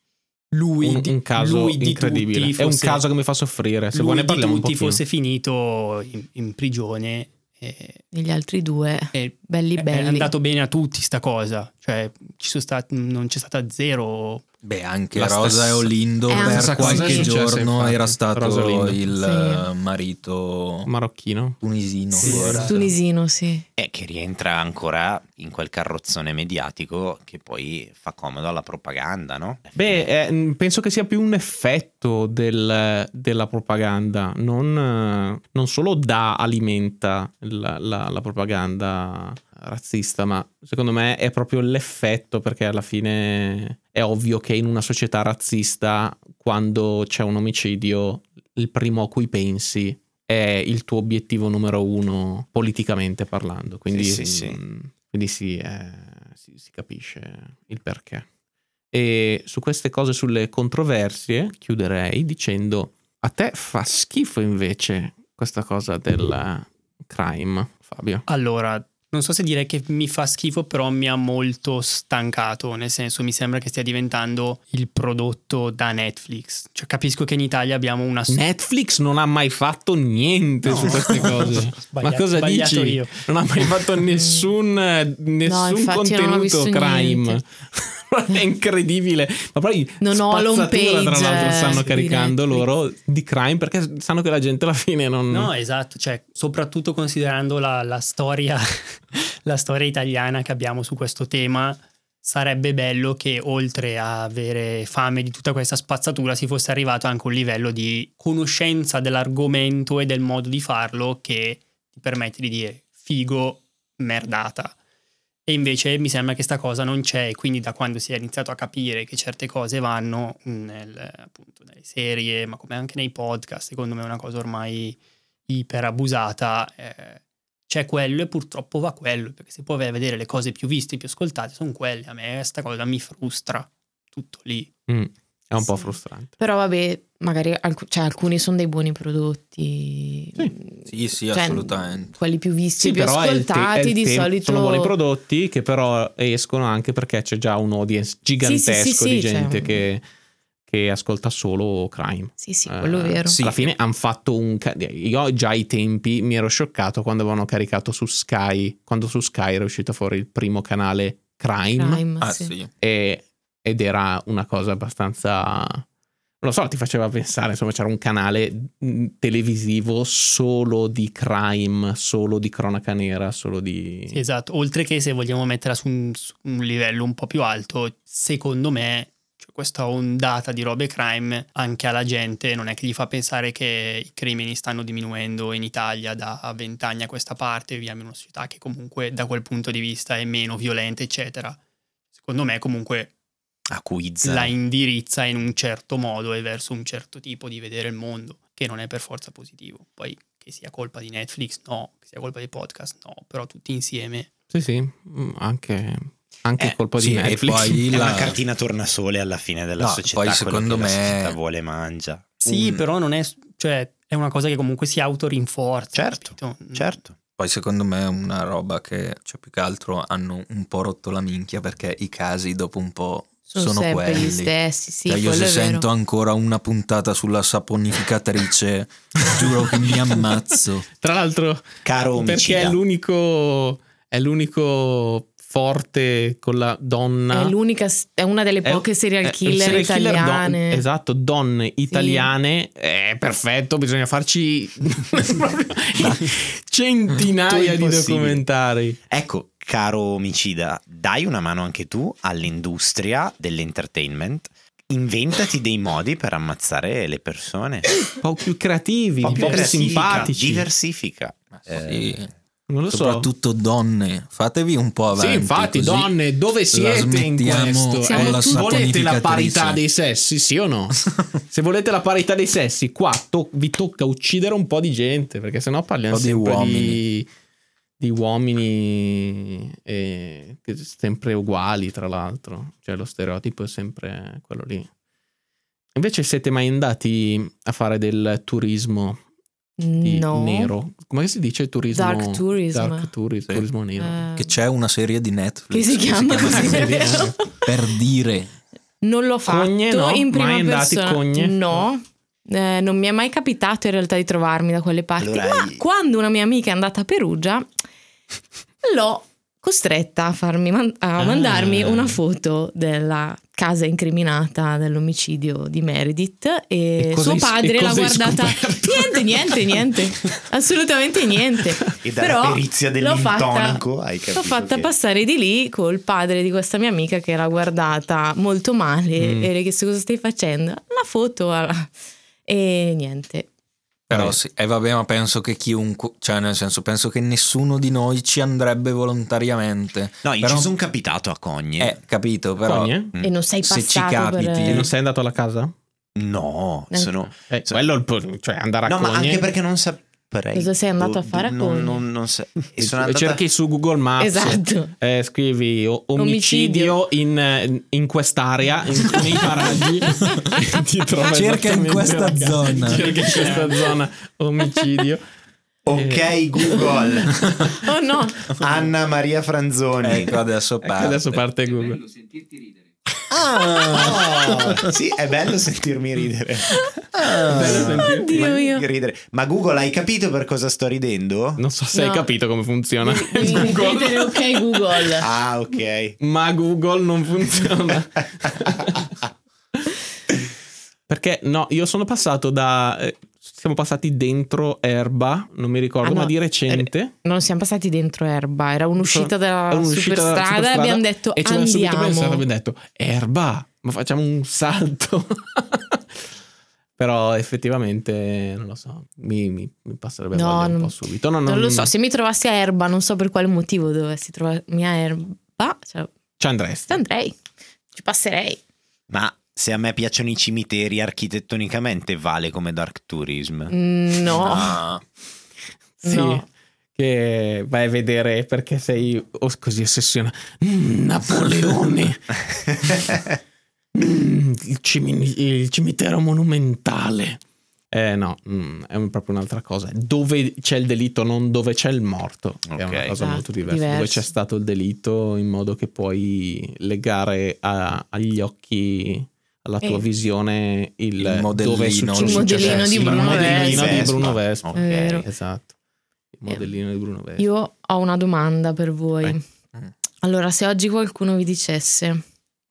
[SPEAKER 1] Lui,
[SPEAKER 2] Un,
[SPEAKER 1] di-
[SPEAKER 2] un caso
[SPEAKER 1] lui di
[SPEAKER 2] incredibile.
[SPEAKER 1] tutti
[SPEAKER 2] è un
[SPEAKER 1] fosse-
[SPEAKER 2] caso che mi fa soffrire. Se
[SPEAKER 1] lui
[SPEAKER 2] vuoi ne
[SPEAKER 1] di
[SPEAKER 2] parliamo un po'.
[SPEAKER 1] tutti fosse finito in, in prigione e,
[SPEAKER 3] E gli altri due,
[SPEAKER 1] e
[SPEAKER 2] Eh,
[SPEAKER 3] belli
[SPEAKER 1] è
[SPEAKER 3] belli.
[SPEAKER 1] andato bene a tutti sta cosa. Cioè, ci sono stati, non c'è stata zero
[SPEAKER 5] Beh, anche
[SPEAKER 2] La
[SPEAKER 5] Rosa
[SPEAKER 2] stessa-
[SPEAKER 5] e Olindo
[SPEAKER 3] Eh,
[SPEAKER 5] per
[SPEAKER 2] stessa cosa
[SPEAKER 5] qualche
[SPEAKER 2] è successa,
[SPEAKER 5] giorno
[SPEAKER 2] infatti,
[SPEAKER 5] era
[SPEAKER 2] Rosa e
[SPEAKER 5] stato
[SPEAKER 2] Olindo.
[SPEAKER 5] il
[SPEAKER 3] Sì.
[SPEAKER 5] eh, marito
[SPEAKER 2] Marocchino.
[SPEAKER 5] tunisino.
[SPEAKER 1] Sì,
[SPEAKER 5] forse.
[SPEAKER 3] Tunisino, sì.
[SPEAKER 4] Eh, che rientra ancora in quel carrozzone mediatico che poi fa comodo alla propaganda, no?
[SPEAKER 2] Beh, eh, mh, penso che sia più un effetto del- della propaganda, non, eh, non solo da alimenta la, la- la propaganda razzista, ma secondo me è proprio l'effetto perché alla fine è ovvio che in una società razzista quando c'è un omicidio il primo a cui pensi è il tuo obiettivo numero uno politicamente parlando, quindi sì,
[SPEAKER 4] Sì, sì,
[SPEAKER 2] quindi sì, eh, si- si capisce il perché. E su queste cose, sulle controversie, chiuderei dicendo: a te fa schifo invece questa cosa del crime, Fabio.
[SPEAKER 1] Allora, non so se dire che mi fa schifo, però mi ha molto stancato, nel senso mi sembra che stia diventando il prodotto da Netflix. Cioè capisco che in Italia abbiamo una...
[SPEAKER 2] Netflix non ha mai fatto niente su queste
[SPEAKER 3] (laughs)
[SPEAKER 2] cose.
[SPEAKER 1] Sbagliato-
[SPEAKER 2] cosa
[SPEAKER 1] sbagliato
[SPEAKER 2] dici?
[SPEAKER 1] io.
[SPEAKER 2] Non ha mai fatto nessun,
[SPEAKER 3] No,
[SPEAKER 2] nessun
[SPEAKER 3] infatti non ho
[SPEAKER 2] contenuto
[SPEAKER 3] visto
[SPEAKER 2] crime. (laughs)
[SPEAKER 3] niente.
[SPEAKER 2] è incredibile. Ma poi
[SPEAKER 3] Non ho l'home
[SPEAKER 2] spazzatura,
[SPEAKER 3] page,
[SPEAKER 2] tra l'altro,
[SPEAKER 3] eh,
[SPEAKER 2] stanno
[SPEAKER 3] di
[SPEAKER 2] caricando
[SPEAKER 3] Netflix.
[SPEAKER 2] loro di crime perché sanno che la gente alla fine non.
[SPEAKER 1] No, esatto, cioè, soprattutto considerando la, la storia, (laughs) la storia italiana che abbiamo su questo tema, sarebbe bello che oltre a avere fame di tutta questa spazzatura si fosse arrivato anche a un livello di conoscenza dell'argomento e del modo di farlo che ti permette di dire figo, merdata. E invece mi sembra che sta cosa non c'è, e quindi da quando si è iniziato a capire che certe cose vanno nel- appunto, nelle serie, ma come anche nei podcast, secondo me è una cosa ormai iperabusata, eh, c'è quello e purtroppo va quello, perché se poi vai a vedere le cose più viste, più ascoltate, sono quelle, a me questa cosa mi frustra, tutto lì.
[SPEAKER 2] Mm, è un po'
[SPEAKER 3] Sì.
[SPEAKER 2] frustrante.
[SPEAKER 3] Però vabbè, magari alc- cioè, alcuni sono dei buoni prodotti.
[SPEAKER 2] Sì.
[SPEAKER 5] Sì, sì,
[SPEAKER 3] Cioè,
[SPEAKER 5] assolutamente.
[SPEAKER 3] Quelli più visti,
[SPEAKER 2] Sì,
[SPEAKER 3] più
[SPEAKER 2] però è il te-
[SPEAKER 3] ascoltati
[SPEAKER 2] è il
[SPEAKER 3] di
[SPEAKER 2] tempo-
[SPEAKER 3] solito.
[SPEAKER 2] sono buoni prodotti che però escono anche perché c'è già un audience gigantesco
[SPEAKER 3] Sì, sì, sì,
[SPEAKER 2] di
[SPEAKER 3] sì, c'è
[SPEAKER 2] gente
[SPEAKER 3] un-
[SPEAKER 2] che, che ascolta solo crime.
[SPEAKER 3] Sì, sì, quello
[SPEAKER 2] Eh,
[SPEAKER 3] vero.
[SPEAKER 5] sì.
[SPEAKER 2] Alla fine hanno fatto un. ca- Io già ai tempi mi ero scioccato quando avevano caricato su Sky. Quando su Sky era uscito fuori il primo canale crime.
[SPEAKER 3] Crime,
[SPEAKER 5] Ah,
[SPEAKER 3] sì.
[SPEAKER 5] sì.
[SPEAKER 2] e- ed era una cosa abbastanza. Non lo so, ti faceva pensare, insomma, c'era un canale mh, televisivo solo di crime, solo di cronaca nera, solo di.
[SPEAKER 1] Sì, esatto, oltre che se vogliamo metterla su un, su un livello un po' più alto, secondo me cioè, questa ondata di robe crime anche alla gente non è che gli fa pensare che i crimini stanno diminuendo in Italia da vent'anni a questa parte, viviamo in una società che comunque da quel punto di vista è meno violenta, eccetera. Secondo me comunque
[SPEAKER 4] A quiz.
[SPEAKER 1] la indirizza in un certo modo e verso un certo tipo di vedere il mondo, che non è per forza positivo. Poi che sia colpa di Netflix, no, che sia colpa dei podcast, no, però tutti insieme
[SPEAKER 2] Sì, sì, mm, anche, anche
[SPEAKER 4] Eh,
[SPEAKER 2] colpa
[SPEAKER 5] sì,
[SPEAKER 2] di
[SPEAKER 5] e
[SPEAKER 2] Netflix.
[SPEAKER 5] poi-
[SPEAKER 4] È
[SPEAKER 5] la-
[SPEAKER 4] una cartina tornasole alla fine della
[SPEAKER 5] No,
[SPEAKER 4] società.
[SPEAKER 5] poi
[SPEAKER 4] quello
[SPEAKER 5] secondo
[SPEAKER 4] che la
[SPEAKER 5] me-
[SPEAKER 4] società vuole mangia.
[SPEAKER 1] Sì,
[SPEAKER 5] Mm.
[SPEAKER 1] però non è, cioè, è una cosa che comunque si autorinforza.
[SPEAKER 4] Certo,
[SPEAKER 1] capito? Mm.
[SPEAKER 4] Certo.
[SPEAKER 5] Poi secondo me è una roba che, cioè più che altro, hanno un po' rotto la minchia perché i casi dopo un po'
[SPEAKER 3] Sono,
[SPEAKER 5] sono,
[SPEAKER 3] sempre
[SPEAKER 5] quelli.
[SPEAKER 3] gli stessi, sì,
[SPEAKER 5] Cioè, io
[SPEAKER 3] quello
[SPEAKER 5] se
[SPEAKER 3] è vero.
[SPEAKER 5] sento ancora una puntata sulla
[SPEAKER 3] (laughs)
[SPEAKER 5] saponificatrice, giuro che mi ammazzo.
[SPEAKER 2] (laughs) Tra l'altro,
[SPEAKER 4] Caro
[SPEAKER 2] perché
[SPEAKER 4] omicida.
[SPEAKER 2] è l'unico, è l'unico forte con la donna.
[SPEAKER 3] È l'unica, è una delle poche serial
[SPEAKER 2] eh,
[SPEAKER 3] killer
[SPEAKER 2] serial killer don-
[SPEAKER 3] italiane.
[SPEAKER 2] esatto, donne italiane. È perfetto, bisogna (laughs) farci proprio centinaia di
[SPEAKER 4] impossibile.
[SPEAKER 2] documentari.
[SPEAKER 4] Ecco, caro omicida, dai una mano anche tu all'industria dell'entertainment. Inventati dei modi per ammazzare le persone.
[SPEAKER 2] Un po' più creativi, un po' più,
[SPEAKER 4] Diversifica,
[SPEAKER 2] simpatici.
[SPEAKER 4] Diversifica.
[SPEAKER 5] Sì.
[SPEAKER 4] Eh,
[SPEAKER 2] non lo so.
[SPEAKER 5] Soprattutto donne, fatevi un po' avanti.
[SPEAKER 2] Sì, infatti,
[SPEAKER 5] così.
[SPEAKER 2] donne, dove siete in
[SPEAKER 5] smettiamo
[SPEAKER 2] questo?
[SPEAKER 3] Siamo con la tutte-
[SPEAKER 2] volete la
[SPEAKER 5] saponificatrice.
[SPEAKER 2] parità dei sessi, sì o
[SPEAKER 5] (laughs)
[SPEAKER 2] no? Se volete la parità dei sessi, qua to- vi tocca uccidere un po' di gente, perché sennò parliamo
[SPEAKER 5] Un po' di
[SPEAKER 2] sempre di,
[SPEAKER 5] uomini.
[SPEAKER 2] di uomini eh, che sempre uguali, tra l'altro. Cioè, lo stereotipo è sempre quello lì. Invece siete mai andati a fare del turismo di
[SPEAKER 3] no.
[SPEAKER 2] nero? Come si dice turismo?
[SPEAKER 3] Dark tourism.
[SPEAKER 2] Dark turi-
[SPEAKER 5] Sì.
[SPEAKER 2] turismo nero.
[SPEAKER 3] Eh,
[SPEAKER 5] Che c'è una serie di
[SPEAKER 3] che
[SPEAKER 5] Netflix
[SPEAKER 3] si chiama (laughs) così.
[SPEAKER 5] Per dire.
[SPEAKER 3] vero?
[SPEAKER 5] per dire.
[SPEAKER 3] Non l'ho fatto
[SPEAKER 2] Cogne no?
[SPEAKER 3] in prima
[SPEAKER 2] Mai andati
[SPEAKER 3] persona.
[SPEAKER 2] cogne?
[SPEAKER 3] No. Eh, non mi è mai capitato in realtà di trovarmi da quelle parti,
[SPEAKER 4] Allora
[SPEAKER 3] ma
[SPEAKER 4] hai-
[SPEAKER 3] quando una mia amica è andata a Perugia l'ho costretta a, farmi man- a
[SPEAKER 2] Ah.
[SPEAKER 3] mandarmi una foto della casa incriminata dell'omicidio di Meredith
[SPEAKER 2] E
[SPEAKER 3] e,
[SPEAKER 2] cosa
[SPEAKER 3] suo
[SPEAKER 2] hai-
[SPEAKER 3] padre
[SPEAKER 2] e
[SPEAKER 3] l'ha
[SPEAKER 2] cosa hai
[SPEAKER 3] guardata
[SPEAKER 2] scoperto?
[SPEAKER 3] niente
[SPEAKER 2] (laughs)
[SPEAKER 3] niente niente assolutamente niente
[SPEAKER 4] E dalla
[SPEAKER 3] però
[SPEAKER 4] perizia
[SPEAKER 3] l'ho fatta,
[SPEAKER 4] dell'intonaco hai capito.
[SPEAKER 3] l'ho fatta
[SPEAKER 4] che-
[SPEAKER 3] passare di lì col padre di questa mia amica che l'ha guardata molto male
[SPEAKER 2] Mm.
[SPEAKER 3] e le ho chiesto cosa stai facendo la foto alla-" e niente
[SPEAKER 5] Però
[SPEAKER 2] Eh.
[SPEAKER 5] sì, e vabbè, ma penso che chiunque, cioè nel senso, penso che nessuno di noi ci andrebbe volontariamente.
[SPEAKER 4] No, io
[SPEAKER 5] Però-
[SPEAKER 4] ci sono capitato a Cogne.
[SPEAKER 5] Eh, capito, però...
[SPEAKER 2] Cogne?
[SPEAKER 4] Mm.
[SPEAKER 3] e non sei
[SPEAKER 5] Se
[SPEAKER 3] passato
[SPEAKER 5] ci
[SPEAKER 3] per...
[SPEAKER 5] capiti,
[SPEAKER 2] E eh, non sei andato alla casa?
[SPEAKER 4] No,
[SPEAKER 3] Eh.
[SPEAKER 4] sono...
[SPEAKER 2] Eh, quello è il po- cioè andare a
[SPEAKER 4] No, ma
[SPEAKER 2] Cogne-
[SPEAKER 4] anche perché non saprei. Boh,
[SPEAKER 3] Cosa sei andato a fare a
[SPEAKER 4] Non-
[SPEAKER 3] Cogne?
[SPEAKER 4] Non, non sa- e sono
[SPEAKER 2] E
[SPEAKER 4] andata-
[SPEAKER 2] cerchi su Google Maps.
[SPEAKER 3] esatto
[SPEAKER 2] eh, scrivi o- omicidio,
[SPEAKER 3] Omicidio.
[SPEAKER 2] in, eh, in quest'area,
[SPEAKER 3] (laughs)
[SPEAKER 2] in, nei paraggi. Ti trova
[SPEAKER 5] Cerca in
[SPEAKER 2] esattamente
[SPEAKER 5] questa
[SPEAKER 2] la casa.
[SPEAKER 5] zona.
[SPEAKER 2] Cerca in questa zona omicidio.
[SPEAKER 4] Ecco, Ok Google,
[SPEAKER 2] (laughs)
[SPEAKER 3] oh no
[SPEAKER 4] Anna Maria Franzoni.
[SPEAKER 2] (laughs)
[SPEAKER 5] Ecco, adesso
[SPEAKER 2] Ecco,
[SPEAKER 5] parte.
[SPEAKER 2] adesso parte Google.
[SPEAKER 4] Ah, sì, è bello sentirmi ridere. Ah.
[SPEAKER 3] Ah.
[SPEAKER 2] Bello sentirti.
[SPEAKER 3] (laughs) oddio io
[SPEAKER 4] ridere. Ma Google, hai capito per cosa sto ridendo?
[SPEAKER 2] Non so se
[SPEAKER 3] No.
[SPEAKER 2] hai capito come funziona.
[SPEAKER 3] Devi ripetere, ok Google
[SPEAKER 4] Ah, ok.
[SPEAKER 2] ma Google (laughs) non funziona. Perché no, io sono passato da... eh, Siamo passati dentro Erba, non mi ricordo,
[SPEAKER 3] Ah, no.
[SPEAKER 2] ma di recente.
[SPEAKER 3] non siamo passati dentro Erba era un'uscita dalla
[SPEAKER 2] È un'uscita dalla
[SPEAKER 3] superstrada, e abbiamo detto
[SPEAKER 2] e ci abbiamo subito pensato,
[SPEAKER 3] andiamo
[SPEAKER 2] abbiamo detto Erba, ma facciamo un salto. (laughs) Però effettivamente, non lo so, mi, mi- mi passerebbe
[SPEAKER 3] No,
[SPEAKER 2] voglia un
[SPEAKER 3] non-
[SPEAKER 2] po' subito. No, no,
[SPEAKER 3] non lo
[SPEAKER 2] no,
[SPEAKER 3] so se mi trovassi a Erba non so per quale motivo dovessi trovarmi a Erba cioè,
[SPEAKER 2] Ci andresti.
[SPEAKER 3] andrei ci passerei
[SPEAKER 4] Ma se a me piacciono i cimiteri architettonicamente, vale come Dark Tourism.
[SPEAKER 3] Mm, no
[SPEAKER 5] Ah,
[SPEAKER 2] Sì.
[SPEAKER 3] No.
[SPEAKER 2] Che vai a vedere perché sei os- così ossessionato. Mm, Napoleone, Mm, il, cimi- il cimitero monumentale. Eh no, mm, è un- proprio un'altra cosa. Dove c'è il delitto, non dove c'è il morto. È
[SPEAKER 4] Ok.
[SPEAKER 2] una cosa
[SPEAKER 3] Ah,
[SPEAKER 2] molto diversa. Dove
[SPEAKER 3] diverso.
[SPEAKER 2] c'è stato il delitto in modo che puoi legare a- agli occhi, alla tua
[SPEAKER 3] Eh.
[SPEAKER 2] visione, il,
[SPEAKER 5] Il modellino,
[SPEAKER 2] dove è successo-
[SPEAKER 5] il
[SPEAKER 3] modellino
[SPEAKER 2] successo.
[SPEAKER 3] di
[SPEAKER 2] Il
[SPEAKER 3] Bruno
[SPEAKER 2] modellino di
[SPEAKER 4] Vespa.
[SPEAKER 2] Bruno Vespa.
[SPEAKER 4] Ok.
[SPEAKER 3] È vero.
[SPEAKER 2] Esatto. Il
[SPEAKER 3] Eh.
[SPEAKER 2] modellino di Bruno Vespa.
[SPEAKER 3] io ho una domanda per voi
[SPEAKER 2] Vai.
[SPEAKER 3] allora se oggi qualcuno vi dicesse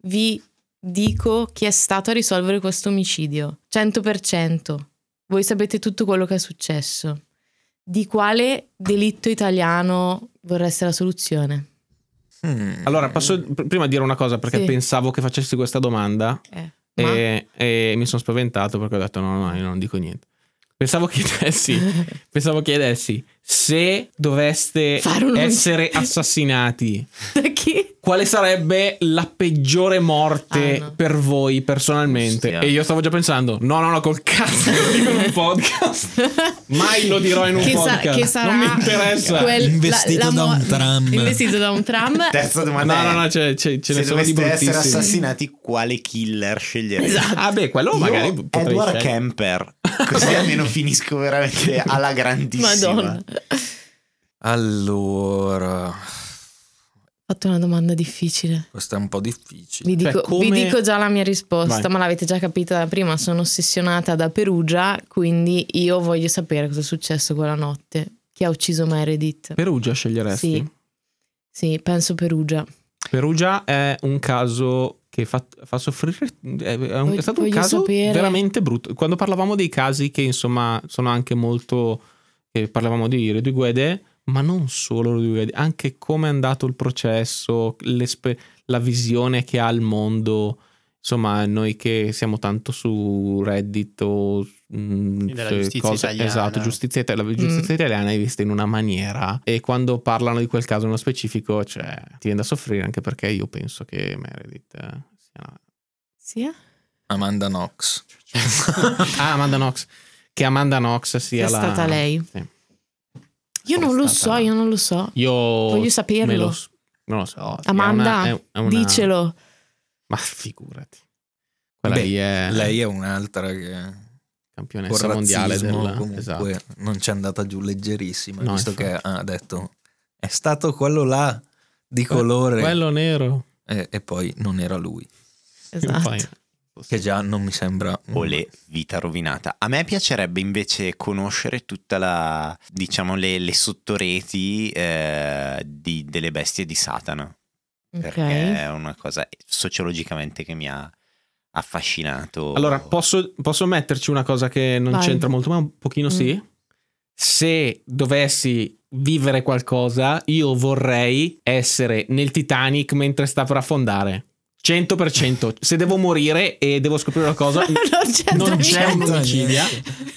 [SPEAKER 3] vi dico chi è stato a risolvere questo omicidio 100% voi sapete tutto quello che è successo di quale delitto italiano vorreste la soluzione
[SPEAKER 5] mm.
[SPEAKER 2] Allora, posso pr- prima dire una cosa perché
[SPEAKER 3] Sì.
[SPEAKER 2] pensavo che facessi questa domanda
[SPEAKER 3] Eh, ma-
[SPEAKER 2] e, e mi sono spaventato perché ho detto no, no, io non dico niente. Pensavo chiedessi, pensavo chiedessi se doveste
[SPEAKER 3] Fare un-
[SPEAKER 2] essere assassinati,
[SPEAKER 3] (laughs) da chi?
[SPEAKER 2] quale sarebbe la peggiore morte
[SPEAKER 3] Ah, no.
[SPEAKER 2] per voi personalmente?
[SPEAKER 4] Ostia.
[SPEAKER 2] E io stavo già pensando, no, no, no, col cazzo lo dico in un podcast. (laughs) Mai lo dirò in un
[SPEAKER 3] Che sa-
[SPEAKER 2] podcast.
[SPEAKER 3] che sarà
[SPEAKER 2] non mi interessa.
[SPEAKER 3] Quel-
[SPEAKER 5] Investito da un tram.
[SPEAKER 3] Investito da un tram.
[SPEAKER 4] Terza domanda.
[SPEAKER 2] No, no, no,
[SPEAKER 4] è,
[SPEAKER 2] ce, ce- ce ne
[SPEAKER 4] se
[SPEAKER 2] sono di
[SPEAKER 4] doveste essere
[SPEAKER 2] bruttissimi.
[SPEAKER 4] assassinati, quale killer sceglierete?
[SPEAKER 2] Ah beh, quello
[SPEAKER 4] Io,
[SPEAKER 2] magari potrei
[SPEAKER 4] Edward
[SPEAKER 2] scegliere.
[SPEAKER 4] Kemper. Così almeno finisco veramente alla grandissima.
[SPEAKER 3] Madonna. Ho
[SPEAKER 5] Allora,
[SPEAKER 3] fatto una domanda difficile.
[SPEAKER 5] questo è un po' difficile.
[SPEAKER 3] Vi
[SPEAKER 2] Cioè,
[SPEAKER 3] dico,
[SPEAKER 2] come-
[SPEAKER 3] vi dico già la mia risposta,
[SPEAKER 2] Vai.
[SPEAKER 3] ma l'avete già capita da prima. Sono ossessionata da Perugia, quindi io voglio sapere cosa è successo quella notte. Chi ha ucciso Meredith?
[SPEAKER 2] Perugia sceglieresti?
[SPEAKER 3] Sì. Sì, penso Perugia.
[SPEAKER 2] Perugia è un caso che fa, fa soffrire. È, è un- è stato un
[SPEAKER 3] Voglio
[SPEAKER 2] caso
[SPEAKER 3] sapere.
[SPEAKER 2] veramente brutto. Quando parlavamo dei casi che insomma sono anche molto. eh, parlavamo di Rodriguede, ma non solo Rodriguede, anche come è andato il processo, l'espe- la visione che ha il mondo. Insomma, noi che siamo tanto su Reddit o mh,
[SPEAKER 1] E della
[SPEAKER 2] cioè,
[SPEAKER 1] giustizia italiana.
[SPEAKER 2] esatto, giustizia, ita- la giustizia
[SPEAKER 3] Mm.
[SPEAKER 2] italiana è vista in una maniera e quando parlano di quel caso nello specifico, cioè, ti viene da soffrire anche perché io penso che Meredith eh,
[SPEAKER 3] (laughs)
[SPEAKER 2] sia
[SPEAKER 3] Sì? eh?
[SPEAKER 5] Amanda Knox.
[SPEAKER 2] ah, Amanda Knox. Che Amanda Knox sia
[SPEAKER 3] È
[SPEAKER 2] la...
[SPEAKER 3] stata lei.
[SPEAKER 2] Sì.
[SPEAKER 3] Io
[SPEAKER 2] È
[SPEAKER 3] non lo so,
[SPEAKER 2] stata-
[SPEAKER 3] io non lo so.
[SPEAKER 2] Io...
[SPEAKER 3] Voglio
[SPEAKER 2] me
[SPEAKER 3] saperlo.
[SPEAKER 2] lo s- Non lo so. è
[SPEAKER 3] Amanda,
[SPEAKER 2] una- è- è una-
[SPEAKER 3] Dicelo.
[SPEAKER 2] Ma figurati. Quella
[SPEAKER 5] Beh,
[SPEAKER 2] lì è
[SPEAKER 5] Lei è un'altra che... Col
[SPEAKER 2] campionessa
[SPEAKER 5] razzismo
[SPEAKER 2] mondiale della...
[SPEAKER 5] comunque
[SPEAKER 2] Esatto.
[SPEAKER 5] non c'è andata giù leggerissima,
[SPEAKER 2] No,
[SPEAKER 5] visto
[SPEAKER 2] infatti.
[SPEAKER 5] che ha detto è stato quello là di colore
[SPEAKER 2] Quello nero.
[SPEAKER 5] E, e poi non era lui.
[SPEAKER 3] Esatto.
[SPEAKER 2] Poi-
[SPEAKER 5] che già non mi sembra...
[SPEAKER 4] o le vita rovinata. A me piacerebbe invece conoscere tutta la, diciamo, le, le sottoreti eh, di- delle bestie di Satana,
[SPEAKER 3] Ok.
[SPEAKER 4] perché è una cosa sociologicamente che mi ha affascinato.
[SPEAKER 2] Allora, posso, posso metterci una cosa che non
[SPEAKER 3] Vai.
[SPEAKER 2] c'entra molto, ma un pochino
[SPEAKER 3] Mm.
[SPEAKER 2] sì. Se dovessi vivere qualcosa, io vorrei essere nel Titanic mentre sta per affondare. 100%. Se devo morire e devo scoprire una cosa,
[SPEAKER 3] (laughs) non c'entra
[SPEAKER 2] non c'è un
[SPEAKER 3] niente.
[SPEAKER 2] omicidio.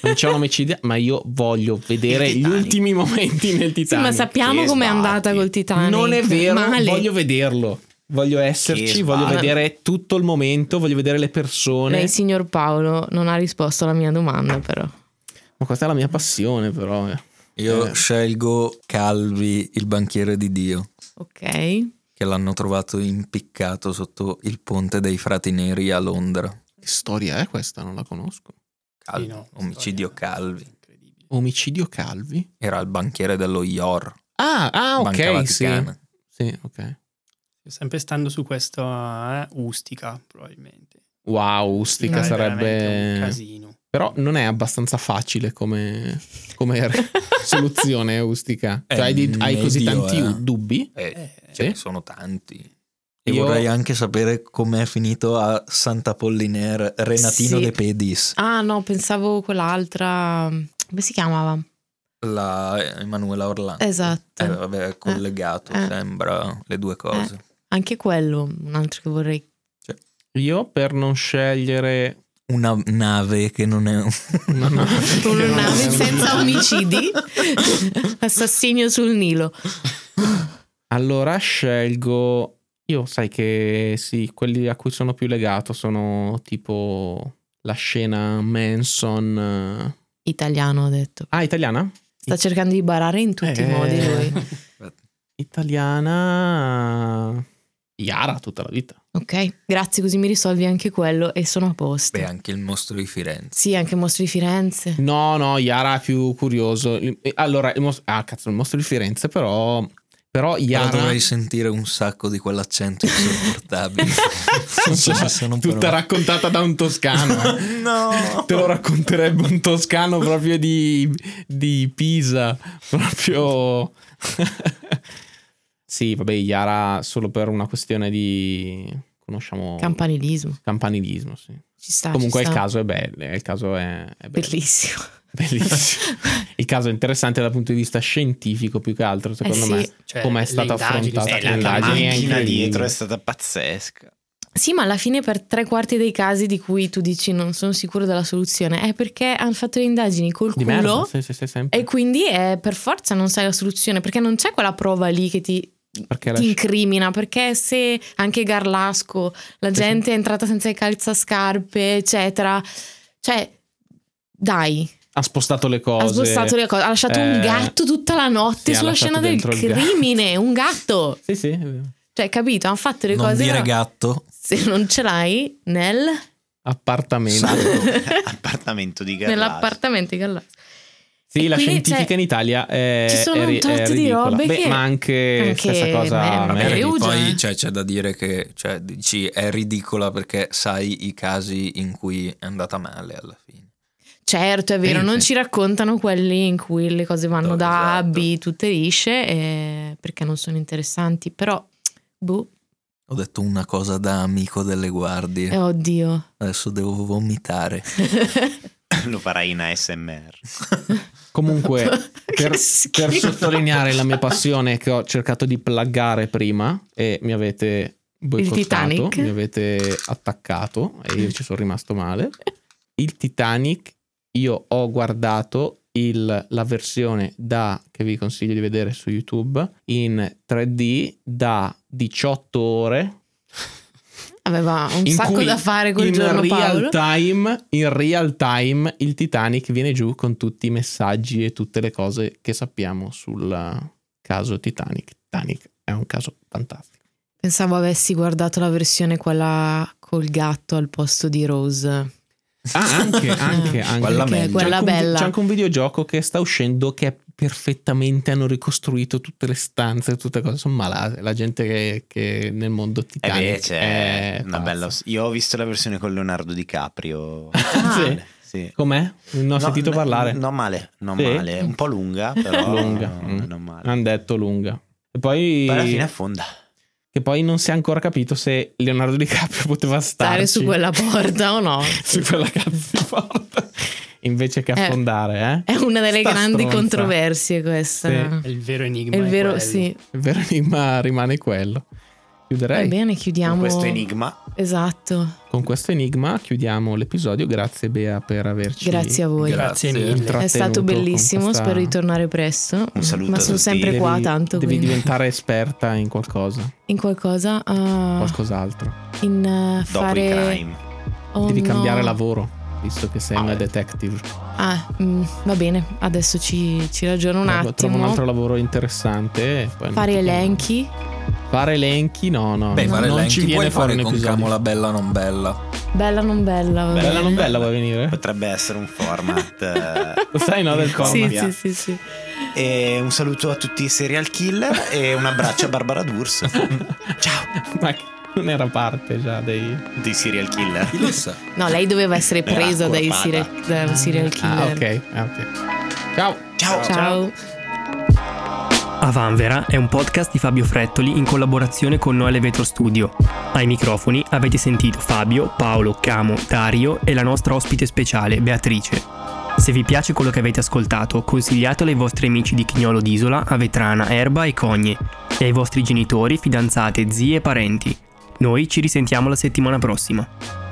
[SPEAKER 2] Non c'è un omicidio, ma io voglio vedere
[SPEAKER 4] Il
[SPEAKER 2] gli
[SPEAKER 4] Titanic.
[SPEAKER 2] ultimi momenti nel
[SPEAKER 3] Sì, ma
[SPEAKER 2] Titanic.
[SPEAKER 3] sappiamo
[SPEAKER 4] che
[SPEAKER 3] com'è
[SPEAKER 4] sbatti.
[SPEAKER 3] andata col Titanic.
[SPEAKER 2] non è vero,
[SPEAKER 3] Male.
[SPEAKER 2] voglio vederlo. Voglio esserci, voglio
[SPEAKER 4] sbatti.
[SPEAKER 2] vedere tutto il momento, voglio vedere le persone.
[SPEAKER 3] Lei, signor Paolo, non ha risposto alla mia domanda, però.
[SPEAKER 2] Ma questa è la mia passione, però. eh.
[SPEAKER 5] Io
[SPEAKER 2] Eh.
[SPEAKER 5] scelgo Calvi, il banchiere di Dio,
[SPEAKER 3] Ok.
[SPEAKER 5] che l'hanno trovato impiccato sotto il ponte dei frati neri a Londra.
[SPEAKER 2] Che storia è questa? Non la conosco.
[SPEAKER 5] Calvi,
[SPEAKER 1] Sì, no,
[SPEAKER 5] omicidio
[SPEAKER 1] storia
[SPEAKER 5] Calvi.
[SPEAKER 1] incredibile.
[SPEAKER 2] Omicidio Calvi?
[SPEAKER 5] Era il banchiere dello IOR,
[SPEAKER 2] Ah, ah
[SPEAKER 5] Banca
[SPEAKER 2] ok. Sì.
[SPEAKER 5] Vaticana.
[SPEAKER 2] sì, ok.
[SPEAKER 1] Sempre stando su questa eh, ustica, probabilmente.
[SPEAKER 2] Wow, Ustica
[SPEAKER 1] No, è veramente un
[SPEAKER 2] sarebbe.
[SPEAKER 1] casino. Eh,
[SPEAKER 2] Però non è abbastanza facile come, (laughs) come re- soluzione, Ustica.
[SPEAKER 5] Eh,
[SPEAKER 2] Cioè, hai, di- hai così
[SPEAKER 5] medio,
[SPEAKER 2] tanti
[SPEAKER 5] eh.
[SPEAKER 2] dubbi?
[SPEAKER 5] Eh,
[SPEAKER 1] Eh,
[SPEAKER 5] ce
[SPEAKER 2] Sì.
[SPEAKER 5] ne sono tanti. E
[SPEAKER 2] Io-
[SPEAKER 5] vorrei anche sapere com'è finito a Sant'Apollinare Renatino
[SPEAKER 3] Sì.
[SPEAKER 5] de Pedis,
[SPEAKER 3] Ah, no, pensavo quell'altra. Come si chiamava?
[SPEAKER 5] la eh, Emanuela Orlando.
[SPEAKER 3] Esatto.
[SPEAKER 5] Eh, vabbè, è collegato,
[SPEAKER 3] Eh.
[SPEAKER 5] sembra, le due cose.
[SPEAKER 3] Anche quello, un altro
[SPEAKER 2] (laughs)
[SPEAKER 3] che vorrei.
[SPEAKER 2] Io per non scegliere.
[SPEAKER 5] Una nave che non è...
[SPEAKER 2] Una nave che
[SPEAKER 3] Una
[SPEAKER 2] non
[SPEAKER 3] nave
[SPEAKER 2] è un- (laughs)
[SPEAKER 3] senza omicidi. Assassinio sul Nilo.
[SPEAKER 2] Allora scelgo. Io sai che sì, quelli a cui sono più legato sono tipo la scena Manson. eh.
[SPEAKER 3] Italiano, ho detto.
[SPEAKER 2] Ah, italiana?
[SPEAKER 3] Sta cercando di barare in tutti
[SPEAKER 2] Eh.
[SPEAKER 3] i modi lui.
[SPEAKER 2] Italiana. Iara tutta la vita.
[SPEAKER 3] Ok, grazie, così mi risolvi anche quello e sono a posto.
[SPEAKER 5] (laughs) Beh, anche il mostro di Firenze.
[SPEAKER 3] Sì, anche Mostri di Firenze.
[SPEAKER 2] No, no, Iara è più curioso. Il- Allora, il mos- ah, cazzo, il mostro di Firenze, però. Però Iara. (laughs)
[SPEAKER 5] Però dovrei sentire un sacco di quell'accento insopportabile. non so se sono un po'
[SPEAKER 2] Tutta raccontata da un toscano. eh.
[SPEAKER 5] No!
[SPEAKER 2] Te lo racconterebbe un toscano proprio di, di Pisa. Proprio. (laughs) sì, vabbè, Iara solo per una questione di. Conosciamo.
[SPEAKER 3] Campanilismo.
[SPEAKER 2] Campanilismo, sì.
[SPEAKER 3] Ah, Ci sta.
[SPEAKER 2] Comunque
[SPEAKER 3] ci
[SPEAKER 2] il
[SPEAKER 3] sta.
[SPEAKER 2] caso è bello. Il caso è, è bello.
[SPEAKER 3] Bellissimo. (laughs)
[SPEAKER 2] Bellissimo. Il caso è interessante dal punto di vista scientifico più che altro, secondo
[SPEAKER 3] Eh sì.
[SPEAKER 2] me.
[SPEAKER 1] Cioè,
[SPEAKER 2] Come è
[SPEAKER 1] le
[SPEAKER 2] stata
[SPEAKER 1] indagini,
[SPEAKER 2] affrontata
[SPEAKER 1] questa
[SPEAKER 4] Eh,
[SPEAKER 2] Stata
[SPEAKER 4] la, la
[SPEAKER 1] indagine
[SPEAKER 2] l'indagine è
[SPEAKER 4] macchina
[SPEAKER 2] incredibile.
[SPEAKER 4] dietro è stata pazzesca.
[SPEAKER 3] Sì, ma alla fine per tre quarti dei casi di cui tu dici non sono sicuro della soluzione è perché hanno fatto le indagini col
[SPEAKER 2] Di
[SPEAKER 3] culo
[SPEAKER 2] merda, sì, sì, sì, sempre.
[SPEAKER 3] e quindi è, per forza non sai la soluzione perché non c'è quella prova lì che ti,
[SPEAKER 2] Perché la
[SPEAKER 3] ti
[SPEAKER 2] sci-
[SPEAKER 3] incrimina perché se anche Garlasco la
[SPEAKER 2] sì.
[SPEAKER 3] gente è entrata senza calzascarpe eccetera cioè dai
[SPEAKER 2] ha spostato le cose.
[SPEAKER 3] ha sbossato le cose ha lasciato
[SPEAKER 2] eh,
[SPEAKER 3] un gatto tutta la
[SPEAKER 2] sì,
[SPEAKER 3] notte
[SPEAKER 2] ha
[SPEAKER 3] sulla
[SPEAKER 2] lasciato
[SPEAKER 3] scena del
[SPEAKER 2] dentro il gatto.
[SPEAKER 3] crimine un gatto
[SPEAKER 2] Sì, sì, è vero.
[SPEAKER 3] cioè capito hanno fatto le
[SPEAKER 5] Non
[SPEAKER 3] cose
[SPEAKER 5] dire
[SPEAKER 3] però-
[SPEAKER 5] gatto,
[SPEAKER 3] se non ce l'hai nel
[SPEAKER 2] Appartamento.
[SPEAKER 4] Appartamento di garage.
[SPEAKER 3] Nell'appartamento di Gallas.
[SPEAKER 2] Sì,
[SPEAKER 3] E
[SPEAKER 2] la
[SPEAKER 3] quindi,
[SPEAKER 2] scientifica
[SPEAKER 3] cioè,
[SPEAKER 2] in Italia è
[SPEAKER 3] ci sono
[SPEAKER 2] è ri-
[SPEAKER 3] un tot
[SPEAKER 2] è
[SPEAKER 3] di
[SPEAKER 2] ridicola.
[SPEAKER 3] robe
[SPEAKER 2] Beh,
[SPEAKER 3] che-
[SPEAKER 2] ma anche,
[SPEAKER 3] anche
[SPEAKER 2] stessa cosa
[SPEAKER 3] me-
[SPEAKER 2] a
[SPEAKER 3] vabbè,
[SPEAKER 2] Mary.
[SPEAKER 5] Vabbè,
[SPEAKER 3] Perugia,
[SPEAKER 5] che poi
[SPEAKER 3] eh.
[SPEAKER 5] cioè, c'è da dire che cioè, dici, è ridicola perché sai i casi in cui è andata male alla fine.
[SPEAKER 3] Certo, è vero,
[SPEAKER 2] Sì,
[SPEAKER 3] non
[SPEAKER 2] sì.
[SPEAKER 3] ci raccontano quelli in cui le cose vanno
[SPEAKER 5] No,
[SPEAKER 3] da
[SPEAKER 5] esatto.
[SPEAKER 3] abbi, tutte lisce, eh, perché non sono interessanti, però... Boh,
[SPEAKER 5] Ho detto una cosa da amico delle guardie,
[SPEAKER 3] eh, oddio.
[SPEAKER 5] adesso devo vomitare.
[SPEAKER 4] Lo farai in ASMR.
[SPEAKER 3] (laughs)
[SPEAKER 2] Comunque, per,
[SPEAKER 3] Che
[SPEAKER 2] per
[SPEAKER 3] schifo.
[SPEAKER 2] sottolineare la mia passione che ho cercato di plaggare prima e mi avete boicottato,
[SPEAKER 3] Titanic?
[SPEAKER 2] mi avete attaccato e io ci sono rimasto male. Il Titanic, io ho guardato il- la versione da, che vi consiglio di vedere su YouTube, in 3D da 18
[SPEAKER 3] (laughs)
[SPEAKER 2] ore
[SPEAKER 3] Aveva un
[SPEAKER 2] in
[SPEAKER 3] sacco
[SPEAKER 2] cui
[SPEAKER 3] da fare quel
[SPEAKER 2] in
[SPEAKER 3] giorno
[SPEAKER 2] real
[SPEAKER 3] Paolo.
[SPEAKER 2] time, in real time il Titanic viene giù con tutti i messaggi e tutte le cose che sappiamo sul caso Titanic. Titanic è un caso fantastico.
[SPEAKER 3] Pensavo avessi guardato la versione quella col gatto al posto di Rose.
[SPEAKER 2] Ah, anche, anche, anche.
[SPEAKER 3] (laughs)
[SPEAKER 5] Quella
[SPEAKER 3] Perché
[SPEAKER 5] meglio.
[SPEAKER 2] C'è anche
[SPEAKER 3] quella
[SPEAKER 2] un vi-
[SPEAKER 3] bella.
[SPEAKER 2] C'è anche un videogioco che sta uscendo che è perfettamente hanno ricostruito tutte le stanze, tutte cose. Insomma, la, la gente che, che nel mondo
[SPEAKER 4] Eh
[SPEAKER 2] Titanic
[SPEAKER 4] beh, c'è
[SPEAKER 2] è
[SPEAKER 4] una
[SPEAKER 2] pazza.
[SPEAKER 4] bella. Io ho visto la versione con Leonardo DiCaprio.
[SPEAKER 2] Sì.
[SPEAKER 4] Sì.
[SPEAKER 2] Com'è? Non ho
[SPEAKER 4] No,
[SPEAKER 2] sentito
[SPEAKER 4] no,
[SPEAKER 2] parlare.
[SPEAKER 4] No, male, non
[SPEAKER 2] Sì?
[SPEAKER 4] male. Un
[SPEAKER 2] (laughs)
[SPEAKER 4] po' lunga, però.
[SPEAKER 2] Lunga.
[SPEAKER 4] no,
[SPEAKER 2] Mm.
[SPEAKER 4] Non male.
[SPEAKER 2] Hanno detto lunga. E poi,
[SPEAKER 4] Poi alla fine affonda.
[SPEAKER 2] che poi non si è ancora capito se Leonardo DiCaprio poteva
[SPEAKER 3] stare
[SPEAKER 2] starci
[SPEAKER 3] su quella porta o no.
[SPEAKER 2] (laughs) su quella cazzo di porta invece che
[SPEAKER 3] Eh,
[SPEAKER 2] affondare, eh?
[SPEAKER 3] È una delle
[SPEAKER 2] Sta
[SPEAKER 3] grandi
[SPEAKER 2] stronza.
[SPEAKER 3] controversie
[SPEAKER 2] Sì.
[SPEAKER 3] questa.
[SPEAKER 1] È il vero enigma.
[SPEAKER 3] È vero,
[SPEAKER 1] quello.
[SPEAKER 3] sì.
[SPEAKER 2] Il vero enigma rimane quello.
[SPEAKER 3] Eh. Va
[SPEAKER 2] Chiuderei
[SPEAKER 3] bene,
[SPEAKER 4] Con
[SPEAKER 3] chiudiamo.
[SPEAKER 4] questo enigma.
[SPEAKER 3] Esatto.
[SPEAKER 2] con questo enigma, chiudiamo l'episodio. Grazie Bea per averci
[SPEAKER 3] Grazie a voi.
[SPEAKER 1] Grazie mille.
[SPEAKER 2] Tra-
[SPEAKER 3] È stato
[SPEAKER 2] trattenuto con
[SPEAKER 3] bellissimo,
[SPEAKER 2] questa-
[SPEAKER 3] spero di tornare presto.
[SPEAKER 4] Un saluto
[SPEAKER 3] Ma
[SPEAKER 4] a
[SPEAKER 3] sono
[SPEAKER 4] tutti.
[SPEAKER 3] sempre
[SPEAKER 2] Devi-
[SPEAKER 3] qua tanto
[SPEAKER 2] Devi
[SPEAKER 3] quindi
[SPEAKER 2] diventare esperta in qualcosa,
[SPEAKER 3] in qualcosa ah,
[SPEAKER 2] qualcos'altro.
[SPEAKER 3] in eh,
[SPEAKER 4] Dopo
[SPEAKER 3] fare
[SPEAKER 4] i crime.
[SPEAKER 3] Oh,
[SPEAKER 2] devi
[SPEAKER 3] no.
[SPEAKER 2] cambiare lavoro, visto che sei una detective.
[SPEAKER 3] Ah, mm, va bene, adesso ci, ci ragiono un
[SPEAKER 2] Trovo- Trovo
[SPEAKER 3] attimo.
[SPEAKER 2] Eh, un altro lavoro interessante. e poi
[SPEAKER 3] Fare
[SPEAKER 2] non ti-
[SPEAKER 3] elenchi.
[SPEAKER 2] Fare elenchi? No, no.
[SPEAKER 5] Beh,
[SPEAKER 2] no.
[SPEAKER 5] fare
[SPEAKER 2] non
[SPEAKER 5] elenchi
[SPEAKER 2] ci viene
[SPEAKER 5] puoi
[SPEAKER 2] fare
[SPEAKER 5] fare
[SPEAKER 2] un
[SPEAKER 5] con
[SPEAKER 2] episodio.
[SPEAKER 5] Camola bella non bella.
[SPEAKER 3] Bella non bella. va
[SPEAKER 4] Bella
[SPEAKER 2] Bella
[SPEAKER 3] bene.
[SPEAKER 2] non bella vuoi venire?
[SPEAKER 4] Potrebbe essere
[SPEAKER 3] (laughs)
[SPEAKER 4] un format. eh,
[SPEAKER 2] Lo sai, no, del corno?
[SPEAKER 3] Sì,
[SPEAKER 4] Via.
[SPEAKER 3] sì, sì, sì.
[SPEAKER 4] E un saluto a tutti i serial killer e un abbraccio a
[SPEAKER 2] (laughs)
[SPEAKER 4] Barbara D'Urs
[SPEAKER 2] Ciao. Ma che- non era parte già dei...
[SPEAKER 4] dei serial killer.
[SPEAKER 5] Chi lo sa?
[SPEAKER 3] No, lei doveva essere
[SPEAKER 4] Era
[SPEAKER 3] presa dai
[SPEAKER 4] accorpata.
[SPEAKER 3] serial, da un serial killer.
[SPEAKER 2] Ah, ok. ah, ok. Ciao.
[SPEAKER 4] Ciao.
[SPEAKER 3] Ciao.
[SPEAKER 6] Avanvera è un podcast di Fabio Frettoli in collaborazione con Noele Vetro Studio. Ai microfoni avete sentito Fabio, Paolo, Camo, Dario e la nostra ospite speciale, Beatrice. Se vi piace quello che avete ascoltato, consigliatelo ai vostri amici di Chignolo d'Isola, Avetrana, Erba e Cogne e ai vostri genitori, fidanzate, zie e parenti. Noi ci risentiamo la settimana prossima.